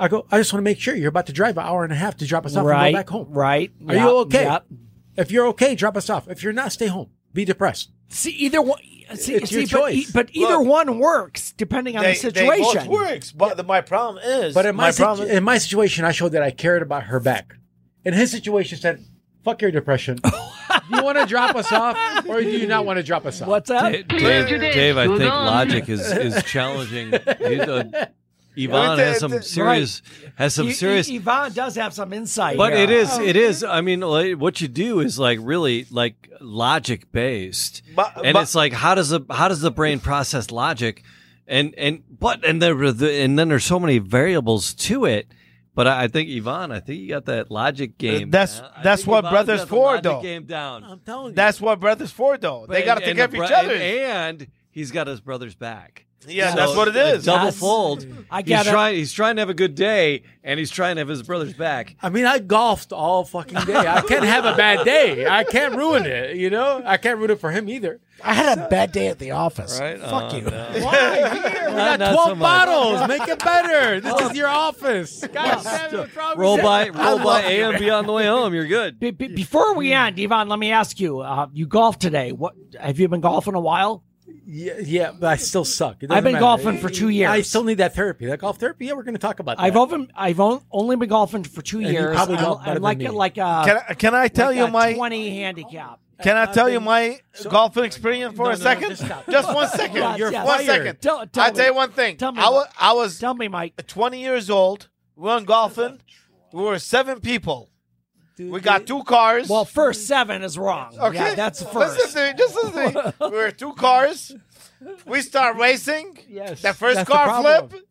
D: I go, I just want to make sure you're about to drive an hour and a half to drop us off and
A: Right,
D: go back home.
A: Right.
D: Are
A: Yep,
D: you okay?
A: yep.
D: If you're okay, drop us off. If you're not, stay home. Be depressed.
A: See, either one. See,
D: It's
A: see, but
D: your
A: e-
D: choice.
A: But, either one works depending on the
F: They both
A: situation.
F: works, but the, my problem is.
D: But in my, sit-
F: problem
D: in my situation, I showed that I cared about her back. In his situation, said, "Fuck your depression.
A: <laughs>
D: do you want to drop us off, or do you not want to drop us off?"
A: What's up?
N: Dave, Dave, I think logic is, is challenging. You don't- Yvonne has some serious has some
A: Y- y-
N: serious
A: E, Yvonne does have some insight.
N: But
A: here. Oh,
N: it is, it is. I mean, like, what you do is like really like logic based, and
A: but-
N: it's like how does the how does the brain process logic, and and but and there were the, and then there's so many variables to it. But I, I think Yvonne, I think you got that logic game.
F: Uh, That's
N: I
F: that's
N: think
F: what
N: Yvonne's
F: brothers
N: got the
F: for
N: logic
F: though.
N: Game down. I'm
D: telling you.
F: That's what brothers for though. they
N: And-
F: got to
N: and
F: take care of
N: the
F: each
N: bro-
F: other.
N: And, and he's got his brother's back.
F: Yeah, that's what it
N: the
F: is.
N: Double
F: That's-
N: fold.
F: I
N: he's
F: gotta-
N: trying. He's trying to have a good day, and he's trying to have his brother's back.
D: I mean, I golfed all fucking day. I can't have a bad day. I can't ruin it. You know, I can't ruin it for him either.
C: I had
F: <laughs>
C: a bad day at the office. Fuck
N: Oh,
C: you.
N: no.
D: We
N: Not-
D: got
N: not so much.
D: twelve bottles. Make it <laughs> better. This is
F: <laughs>
D: your office. Gosh,
N: Roll by, roll by
A: you,
N: AMB on the way home. You're good.
A: Be- be- before we end, Yvonne, let me ask you: uh, You golfed today? What have you been golfing a while?
D: Yeah, yeah, but I still suck. It doesn't
A: I've been
D: matter.
A: golfing for two years.
D: I still need that therapy. That golf therapy. Yeah, we're going to talk about that.
A: I've only I've on- only been golfing for two
D: And you
A: years.
D: probably
A: I'm-
D: golf
A: I'm
D: better than
A: like
D: me.
A: like uh,
F: Can I- can I tell
A: like
F: you
A: a
F: my-
A: twenty handicap?
F: Can I
A: I've
F: tell you
A: been-
F: my golfing experience for
A: No,
F: a
A: no,
F: second?
A: just stop.
F: just, one second.
A: Yes,
F: You're
A: yes.
F: one
A: Fired.
F: second.
A: Tell- tell
F: I tell
A: me.
F: you one thing.
A: Tell me,
F: I wa- I was
A: Tell me, Mike.
F: 20 years old. We were on golfing. We were seven people. We got two cars.
A: Well, first seven is wrong.
F: Okay,
A: Yeah, that's first.
F: Listen to me, just listen to
D: <laughs>
F: me. We were two cars. We start racing.
D: Yes,
F: The first
D: that's the
F: car
D: problem.
F: flip,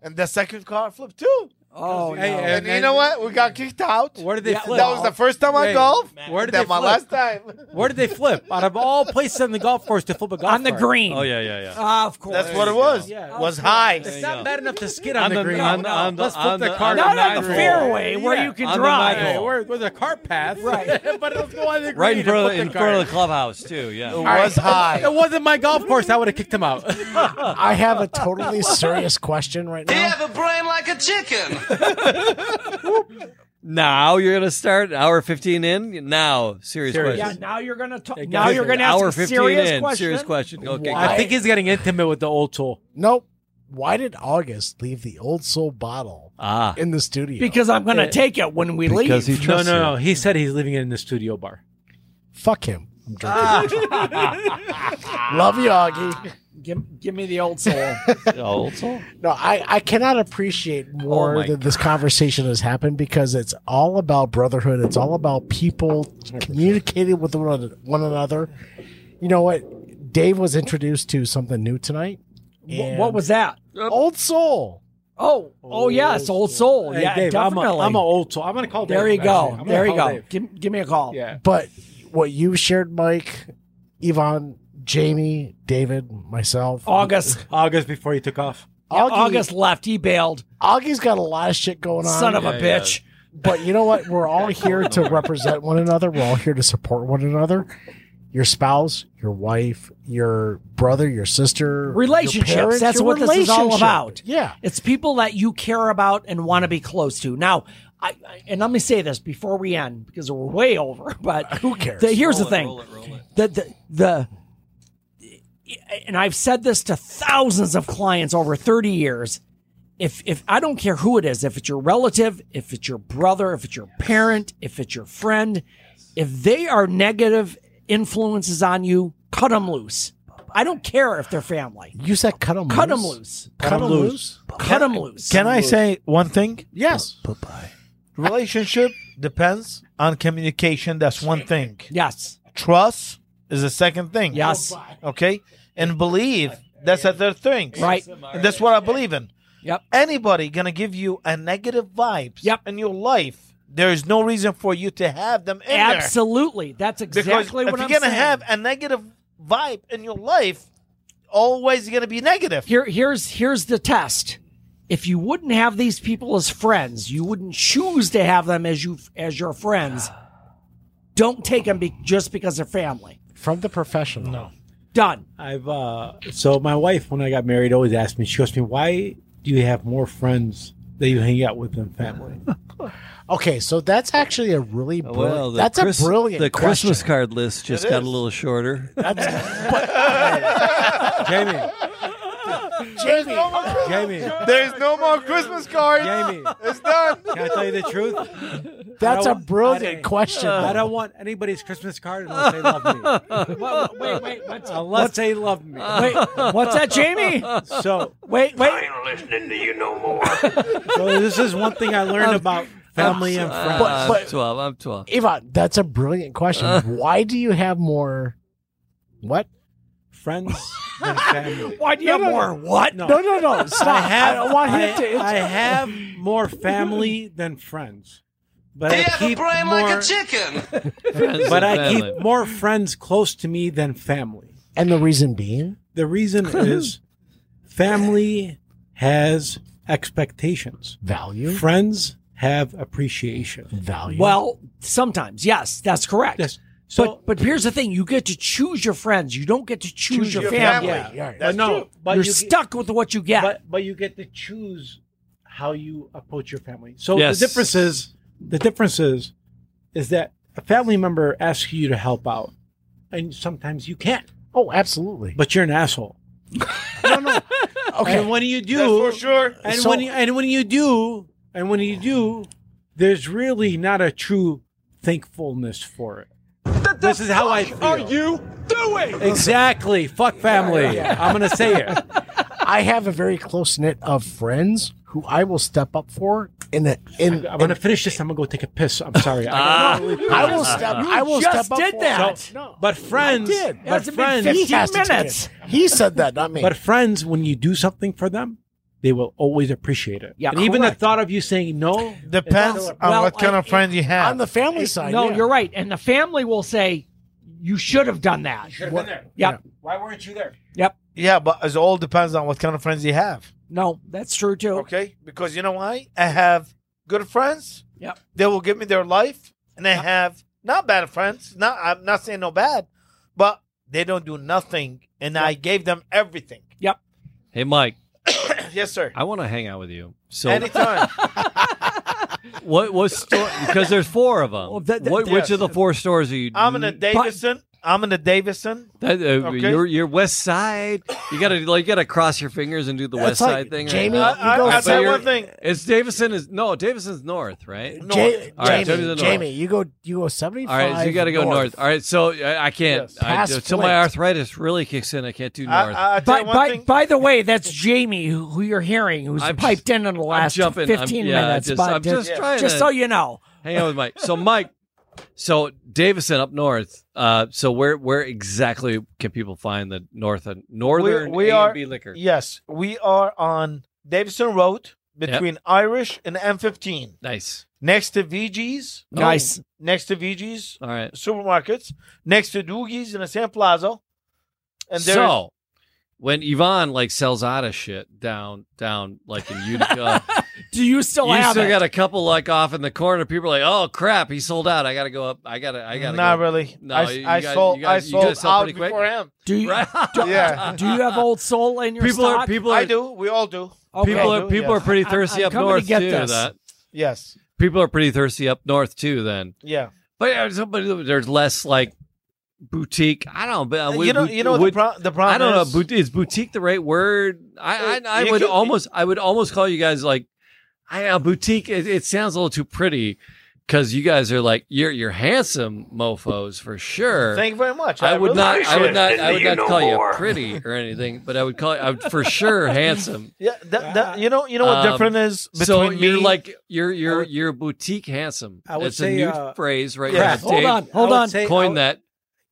F: and the second car flip too.
A: Oh,
D: Hey, no. and-
F: and, you
D: and-
F: know what? We got kicked out.
D: Where did they
F: That
D: flip?
F: was the first time I
D: Wait,
F: golfed.
D: Where did
F: That
D: they
F: my
D: flip?
F: last
D: <laughs>
F: time.
D: Where did they flip? Out of all places on the golf course to flip a golf
A: On the
D: cart.
A: green.
N: Oh yeah, yeah, yeah.
A: Ah, of course.
F: That's what it was. Was high.
D: It's not <laughs> bad enough to skid
N: On
D: on,
N: the-
D: the green.
N: on- on the-
D: Let's flip
N: on
D: the,
N: the-
D: cart.
N: on
D: on
N: the nine
D: the
N: hole.
A: fairway where you can
N: On the
A: drive.
N: nine hole.
D: Where, where's the cart path?
N: <laughs>
A: Right.
D: <laughs> but let's go on the green.
N: Right in
D: and
N: front,
D: flip
N: of,
D: the
N: in front
D: cart.
N: of the clubhouse too. Yeah.
F: It was high.
D: It wasn't my golf course. I would have kicked
N: <laughs>
D: him out.
C: <laughs> I have a totally serious question
F: <laughs>
C: right now.
H: have a brain like a chicken.
N: <laughs> Now you're gonna start hour 15 in. Now, serious,
D: Serious.
A: Yeah,
N: question.
A: now you're gonna talk.
D: Hey,
A: Now
D: guys,
A: you're gonna
N: hour
A: ask a
N: 15
A: serious
N: in.
A: question.
N: Serious question. Okay.
C: Why-
D: I think he's getting intimate with the old tool.
C: Nope. Why did August leave the old soul bottle
N: Ah.
C: in the studio?
A: Because I'm gonna take it when we leave.
D: No, no, no. Eh, He said he's leaving it in the studio bar.
C: Fuck him. I'm drinking.
A: Ah.
C: <laughs> Love you, Augie.
A: give, give me the
D: <laughs>
A: old soul.
N: Old soul.
C: No, I, I cannot appreciate more
N: Oh my
C: that this conversation has happened because it's all about brotherhood. It's all about people communicating with one, one another. You know what? Dave was introduced to something new tonight.
A: Wh-
C: and
A: what was that?
C: Old Soul.
A: Oh, oh yes, old soul.
D: Hey,
A: yeah,
D: Dave, I'm a-
A: definitely.
D: I'm an old tool. I'm going to call
A: there you
D: Dave, actually.
A: go.
D: I'm gonna
A: There you
D: call
A: go.
D: Dave.
A: Give, give me a call.
D: Yeah.
C: But what you shared, Mike, Yvonne, Jamie, David, myself,
A: August.
D: August before he took off.
A: Yeah,
C: Augie-
A: August left. He bailed.
C: Augie's got a lot of shit going on.
A: Son of a
N: Yeah, yeah.
A: bitch.
C: But you know what? We're all here to represent one another. We're all here to support one another. Your spouse, your wife, your brother, your sister, your
A: Relationships.
C: parents,
A: That's
C: your
A: what this is all
C: relationship.
A: about.
C: Yeah.
A: It's people that you care about and want to be close to. Now, I, I and let me say this before we end because we're way over. <laughs> But
C: Who cares?
A: the- here's
N: Roll it,
A: the thing:
N: roll it, roll it.
A: the the the and I've said this to thousands of clients over 30 years. If if I don't care who it is, if it's your relative, if it's your brother, if it's your parent, if it's your friend, if they are negative influences on you, cut them loose. I don't care if they're family.
C: You said cut them
A: Cut them
C: loose.
A: loose.
C: Cut them loose.
A: Cut them loose.
F: Can I say one thing?
C: Yes.
F: Relationship depends on communication. That's one thing.
A: Yes.
F: Trust is the second thing.
A: Yes.
F: Okay. And believe that's a third thing.
A: Right.
F: And that's what I believe in.
A: Yep.
F: Anybody gonna give you a negative vibes
A: Yep.
F: in your life? There is no reason for you to have them in there.
A: Absolutely. That's
F: Because
A: exactly
F: if
A: what
F: you're
A: I'm
F: gonna
A: saying.
F: have a negative vibe in your life, always gonna be negative.
A: Here, here's here's the test. If you wouldn't have these people as friends, you wouldn't choose to have them as you as your friends. Don't take them be, just because they're family.
C: From the professional. No.
A: Done.
D: I've uh so my wife when I got married always asked me, she goes to me, Why do you have more friends that you hang out with in family.
C: Okay, so that's actually a really brilliant.
N: Well, the
C: that's
N: Chris-
C: a brilliant.
N: The
C: question.
N: Christmas card list just
C: It
N: got
C: is.
N: a little shorter. <laughs>
D: Jamie,
C: Jamie,
D: Jamie,
M: There's no more Christmas cards.
D: Jamie,
M: it's done.
D: can I tell you the truth?
C: <laughs> That's
D: I
C: a
D: don't- I
C: brilliant
D: don't-
C: question.
D: I don't want anybody's Christmas card unless they
C: <laughs>
D: love me.
A: What- <laughs> wait, wait, what's-
D: unless
A: what's-
D: they love me.
A: Wait, <laughs> what's that, <laughs> Jamie?
D: So
A: Wait, wait.
J: ain't listening to you no more.
D: <laughs> So this is one thing I
C: <laughs>
D: learned about family and
N: Uh,
D: friends.
N: I'm
C: Um, but-
N: 12. I'm 12.
C: Yvonne, that's a brilliant question.
N: Uh.
C: Why do you have more? What? <laughs>
D: friends and family.
A: Why do you have more? What?
C: No, no, no. Stop. I, don't want him
D: I-
C: to.
D: I have more family than friends. But I keep more,
H: chicken.
D: But I
N: family.
D: keep more friends close to me than family.
C: And the reason being,
D: The <laughs> reason is family has expectations. Mm-hmm.
C: value,
D: Friends have appreciation.
C: value.
A: Well, sometimes, yes, that's correct.
D: Yes. So-
A: but but here's the thing: you get to choose your friends. You don't get to choose, your, family.
D: Yeah,
C: Yeah,
D: but no, but
A: You're
D: you get-
A: stuck with what you get.
D: but but you get to choose how you approach your family. So
N: Yes.
D: the difference is the difference is is that a family member asks you to help out, and sometimes you can't,
C: Oh, absolutely.
D: but you're an asshole. <laughs>
C: Okay.
D: And when you do,
M: That's for sure.
D: and
C: So-
D: when you, and when you do, and when you do, there's really not a true thankfulness for it. This is how I feel.
G: Are you doing?
D: Exactly. Fuck family. I'm gonna say <laughs> it.
C: I have a very close knit of friends who I will step up for in a in.
D: I'm gonna finish this. I'm gonna go take a piss. I'm sorry. I got really
C: Uh, I will step. I will
A: just
C: step up
A: did
C: for-
A: that.
C: So-
D: But friends,
C: did.
D: but
A: That's a big
D: friends,
A: fifty-
C: he has
A: 15
C: to take
A: minutes.
C: it. He said that, not me.
D: but friends, when you do something for them, they will always appreciate it.
A: Yeah,
D: and even the
A: correct.
D: thought of you saying no,
O: Depends on
A: Well,
O: what kind
A: I-
O: of friend you have.
C: on the family side,
A: no,
C: uh, yeah.
A: you're right, and the family will say you should have done that. Yep.
D: been there. Why weren't you there?
O: yeah, but it all depends on what kind of friends you have.
A: No, that's true too.
F: Okay, because you know why? I have good friends.
A: Yep.
F: They will give me their life, and I have not bad friends. Not I'm not saying no bad, but they don't do nothing, and I gave them everything.
N: Hey, Mike,
F: <coughs> yes, sir.
N: I want to hang out with you. So
F: Anytime.
N: what what store? Because there's four
D: <laughs>
N: of them.
A: Well, that- that-
N: what, <laughs>
F: yes.
N: Which of the four stores are you?
F: I'm in a Davidson. I'm in a Davidson.
N: That, uh,
F: Okay.
N: You're you're West Side. You gotta like you gotta cross your fingers and do the West
C: That's like
N: Side thing. right?
C: Jamie,
F: I,
C: you
F: I,
C: go
F: I'll tell you
N: you're-
F: one thing.
N: It's Davison is no Davison's north, right?
F: No.
C: Ja-
N: All right,
C: Jamie,
N: Jamie's a north.
C: Jamie, you go, you go seventy
N: All
C: five.
N: right, so you got to go north. All right, so I, I can't.
F: Yes.
N: I,
C: Past
N: until my
C: Flint.
N: arthritis really kicks in, I can't do north.
F: I, I'll tell
A: By,
F: you one
A: by,
F: thing.
A: by the way, that's Jamie who, who you're hearing, who's
N: I'm
A: piped
N: just-
A: in in the
N: I'm
A: last
N: jumping. I'm-
A: 15
N: yeah, I
A: minutes.
N: just-
A: but
N: I'm just trying
A: just
N: to-
A: so you know,
N: Hang on with Mike. So Mike, so Davison up north. Uh, so where where exactly can people find the north and northern
F: we
N: A&B
F: are-
N: liquor?
F: Yes, we are on Davidson Road between Irish and M15,
N: Nice.
F: next to VG's.
A: Nice.
F: Oh, Next to VG's
N: All right.
F: supermarkets, next to Doogie's in the San Plaza. And there's
N: so when Yvonne like sells out of shit down down like in Utica,
A: do you still
N: you
A: have
N: still
A: it?
N: got a couple like off in the corner. People are like, oh crap, he sold out. I gotta go up. I gotta. I gotta.
F: not
N: go.
F: really.
N: No,
F: I,
N: you
F: I
N: got-
F: sold.
N: you got-
F: I
N: you gotta
F: sold
N: sell
F: out
N: pretty quick.
F: before
N: <laughs>
F: him.
A: do you
N: Right.
A: do,
O: Yeah.
A: do you have old soul in your
N: People
A: stock?
N: are people
F: I
N: are
F: do. We all do.
A: Okay.
N: people
F: I
N: are
F: do,
N: people are
F: yes.
N: pretty
A: I'm-
N: thirsty
A: I'm
N: up
A: coming to
N: north
A: get
N: too.
A: this.
N: That
F: Yes.
N: people are pretty thirsty up north too. Then,
F: Yeah.
N: but yeah, so- but there's less like boutique. I don't. But
F: Uh, you know. You know the, pro- the problem.
N: I don't know.
F: is-
N: bout- Is boutique the right word? I
F: Uh,
N: I, I
F: you
N: would
F: could-
N: almost I would almost call you guys like I don't know, boutique. It, it sounds a little too pretty because you guys are like you're you're handsome mofo's for sure.
F: Thank you very much.
N: I would
F: really
N: not. I would
F: appreciate it.
N: not. I would
J: You
N: not
J: know
N: call
J: more.
N: you pretty or anything, but I would call you I would for sure handsome.
F: Yeah. That, that, you know. You know what
N: Um,
F: different is between
N: so you're
F: me-
N: like you're you're you're boutique handsome.
D: I would
N: That's
D: say,
N: a new
D: uh,
N: phrase right
F: yeah.
N: now.
A: Hold
N: Dave.
A: on, hold
D: I would
A: on.
D: say- I
N: Coin
D: would-
N: that.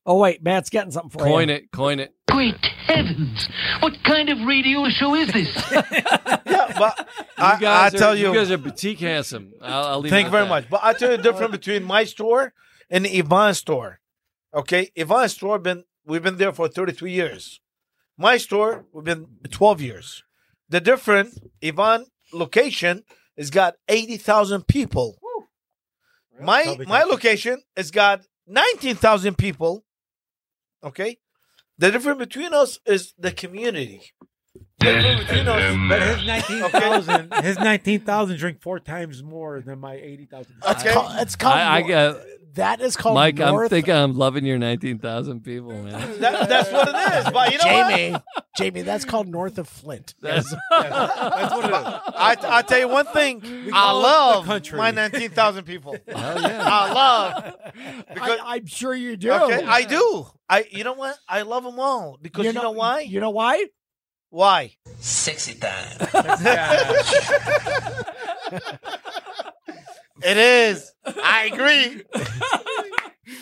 A: Oh wait, Matt's getting something for
N: Coin
A: you.
N: it. Coin it.
P: Great heavens! What kind of radio show is this?
F: Yeah, but
N: <laughs> You
F: I, I
N: guys are,
F: tell you.
N: guys are boutique handsome. I'll, I'll leave.
F: Thank
N: it
F: you
N: at
F: very
N: that.
F: much. But I tell you the difference between my store and Yvonne's store. Okay, Yvonne's store been we've been there for 33 years. My store we've been 12 years. The different Yvonne location has got 80,000 people. My
D: Probably
F: my
D: close.
F: location has got 19,000 people. Okay, the difference between us is the community.
D: But
A: <laughs>
D: his nineteen thousand, his nineteen thousand, drink four times more than my eighty thousand.
C: That's called- that's called
N: I, I
C: nor-
N: got,
C: that is called
N: Mike. I'm
C: north-
N: thinking I'm loving your 19,000 people, man.
F: That, that's what it is. But you know
C: Jamie,
F: what?
C: <laughs> Jamie, that's called north of Flint.
N: <laughs>
F: That's, what it is. I, I tell you one thing. I
C: call it the
F: love
C: country.
F: my 19,000 people.
C: yeah.
F: I love. Because,
A: I, am sure you do.
F: Okay, I do. I. You know what? I love them all. Because you, know, why?
A: You know why?
F: Why?
P: Sexy time.
F: it is. I agree.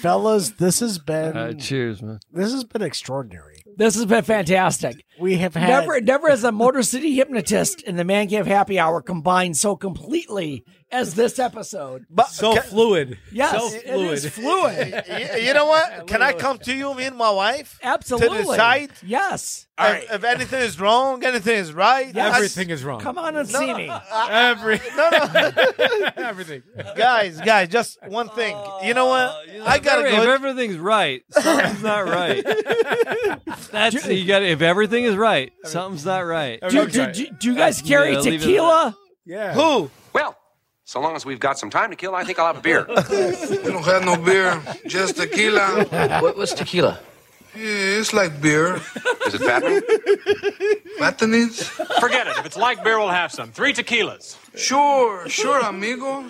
C: Fellas, this has been
N: Uh, cheers, man.
C: this has been extraordinary.
A: This has been fantastic.
C: We have had
A: Never, never has a Motor City hypnotist and the Man Cave Happy Hour combined so completely as this episode.
F: But
D: so fluid.
A: Yes,
D: so
A: it is
D: <laughs>
A: fluid.
F: You, you know what? Can I come to you, me and my wife?
A: Absolutely.
F: To decide
A: Yes.
F: if, if anything is wrong, anything is right.
A: Yes.
D: Everything is wrong.
A: Come on and
F: No,
A: see
F: no, <laughs>
A: me.
D: Every
F: No, no.
D: everything.
F: guys, guys, just one thing. you know what? I got to
N: If
F: go.
N: everything's right, something's not
A: <laughs>
N: right. That's you got. If everything is right, something's not right.
A: Do, do, do, do you guys carry
N: Yeah, leave it at
A: tequila?
D: Yeah.
F: Who?
H: Well, so long as we've got some time to kill, I think I'll have a beer.
Q: We don't have no beer, just tequila.
P: What was tequila?
Q: Yeah, it's like beer.
H: Is it fattening?
Q: Matinins?
R: Forget it. If it's like beer, we'll have some. Three tequilas.
Q: Sure, sure, amigo.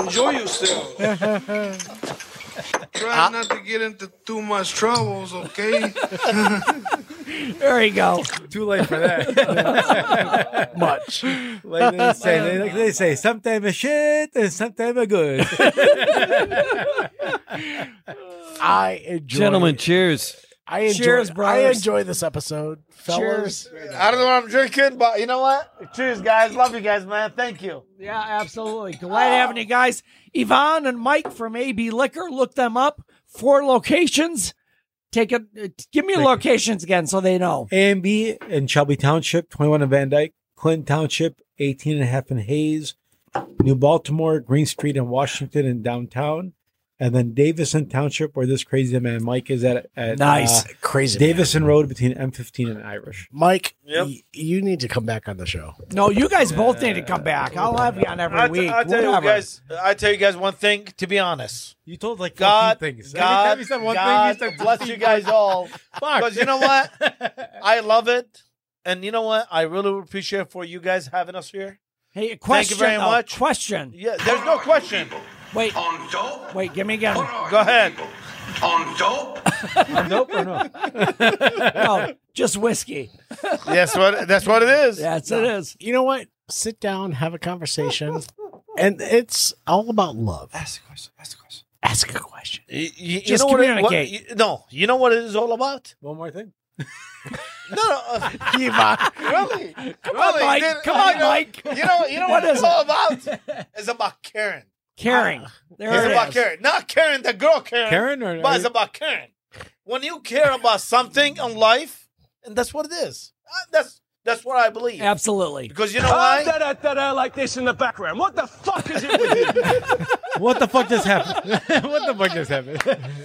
Q: Enjoy yourself. Try not to get into too much troubles, okay?
A: There you go.
D: Too late for
A: <laughs>
D: that.
A: Much.
D: Like they say, they, like they say, sometimes a shit and sometimes a good.
C: I enjoy
N: Gentlemen, cheers.
C: I enjoy
F: Cheers,
C: I
F: brothers.
C: enjoy this episode. Fellas.
F: I don't know what I'm drinking, but you know what? Cheers, guys. Love you guys, man. Thank you.
A: Yeah, absolutely. Glad having you guys. Yvonne and Mike from AB Liquor, look them up. Four locations. Take a uh, give me locations again so they know.
D: A and B in Shelby Township, 21 in Van Dyke, Clinton Township, 18 and a half in Hayes, New Baltimore, Green Street in Washington and downtown. And then Davison Township, where this crazy man Mike is at. at uh,
C: Nice. Crazy man.
D: Davison Road between M15 and Irish.
C: Mike, y- you need to come back on the show.
A: No, you guys both need to come back. I'll have you on every
F: I,
A: week.
F: I tell you
A: whatever.
F: guys, I tell you guys one thing. To be honest,
D: You told like
F: God,
D: 14 things.
F: God,
D: Every time you said one
F: God
D: thing, you said
F: bless
D: 15
F: you guys all.
D: Fuck.
F: Because you know what,
D: <laughs>
F: I love it, and you know what, I really appreciate for you guys having us here.
A: Hey, a
F: Thank
A: question.
F: you very
A: a
F: much.
A: question.
F: Yeah, there's no question.
A: Wait. Wait, give me again.
F: Go ahead.
H: On dope?
D: nope or no?
A: no, just whiskey.
F: Yes, what that's what it is.
A: Yes, it is.
C: You know what? Sit down, have a
F: <laughs>
C: conversation. and it's all about love. Ask a question. Ask a question. Ask a question.
F: You, you,
C: Just
F: know what it- what
C: communicate.
F: you- no, you know what it is all about.
D: One more thing.
F: No, no, uh,
C: Yvonne.
F: really. Come
A: on, Mike. Come on,
F: you know,
A: Mike.
F: You know, you know
A: What
F: what,
A: is
F: it's
A: it?
F: all about. It's about Karen.
A: Caring.
F: Ah. it's
A: There
F: about
A: it is.
F: Karen, not Karen, the girl Karen.
D: Karen or-
F: but it's about Karen. When you care about something in life, and that's what it is. Uh, That's that's what I believe.
A: Absolutely.
F: Because you know
G: Ah,
F: why?
G: da, da, da, da, like this in the background. What the fuck is it with you?
D: What the fuck
F: <laughs>
D: just <laughs> happened? what the fuck just happened?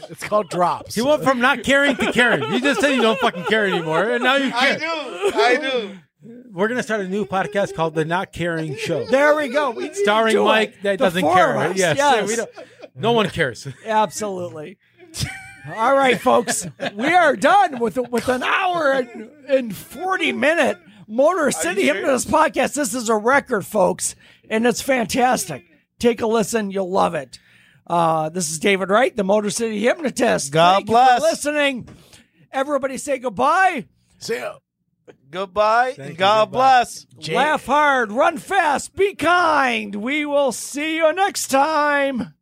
C: It's called drops.
D: You went from not caring to caring. You just said you don't fucking care anymore, and now you
F: I
D: care.
F: do. I
A: <laughs>
F: do.
D: We're gonna start a new podcast called the Not Caring
A: <laughs>
D: Show,
A: There we go. We need to
D: <laughs> starring
A: do
D: Mike
A: it.
D: that
A: The
D: doesn't
A: four
D: care.
A: of us.
D: Yes,
A: yes.
D: we don't- no one cares.
A: Absolutely. All right, folks, we are done with with an hour and, and forty minute Motor City Hypnotist podcast. This is a record, folks, and it's fantastic. Take a listen; you'll love it. Uh, this is David Wright, the Motor City Hypnotist.
F: God
A: Thank you for
F: bless.
A: listening. Everybody, say goodbye.
C: See ya.
F: Goodbye
D: you,
F: and God
D: goodbye.
F: bless.
A: Laugh hard, run fast, be kind. We will see you next time.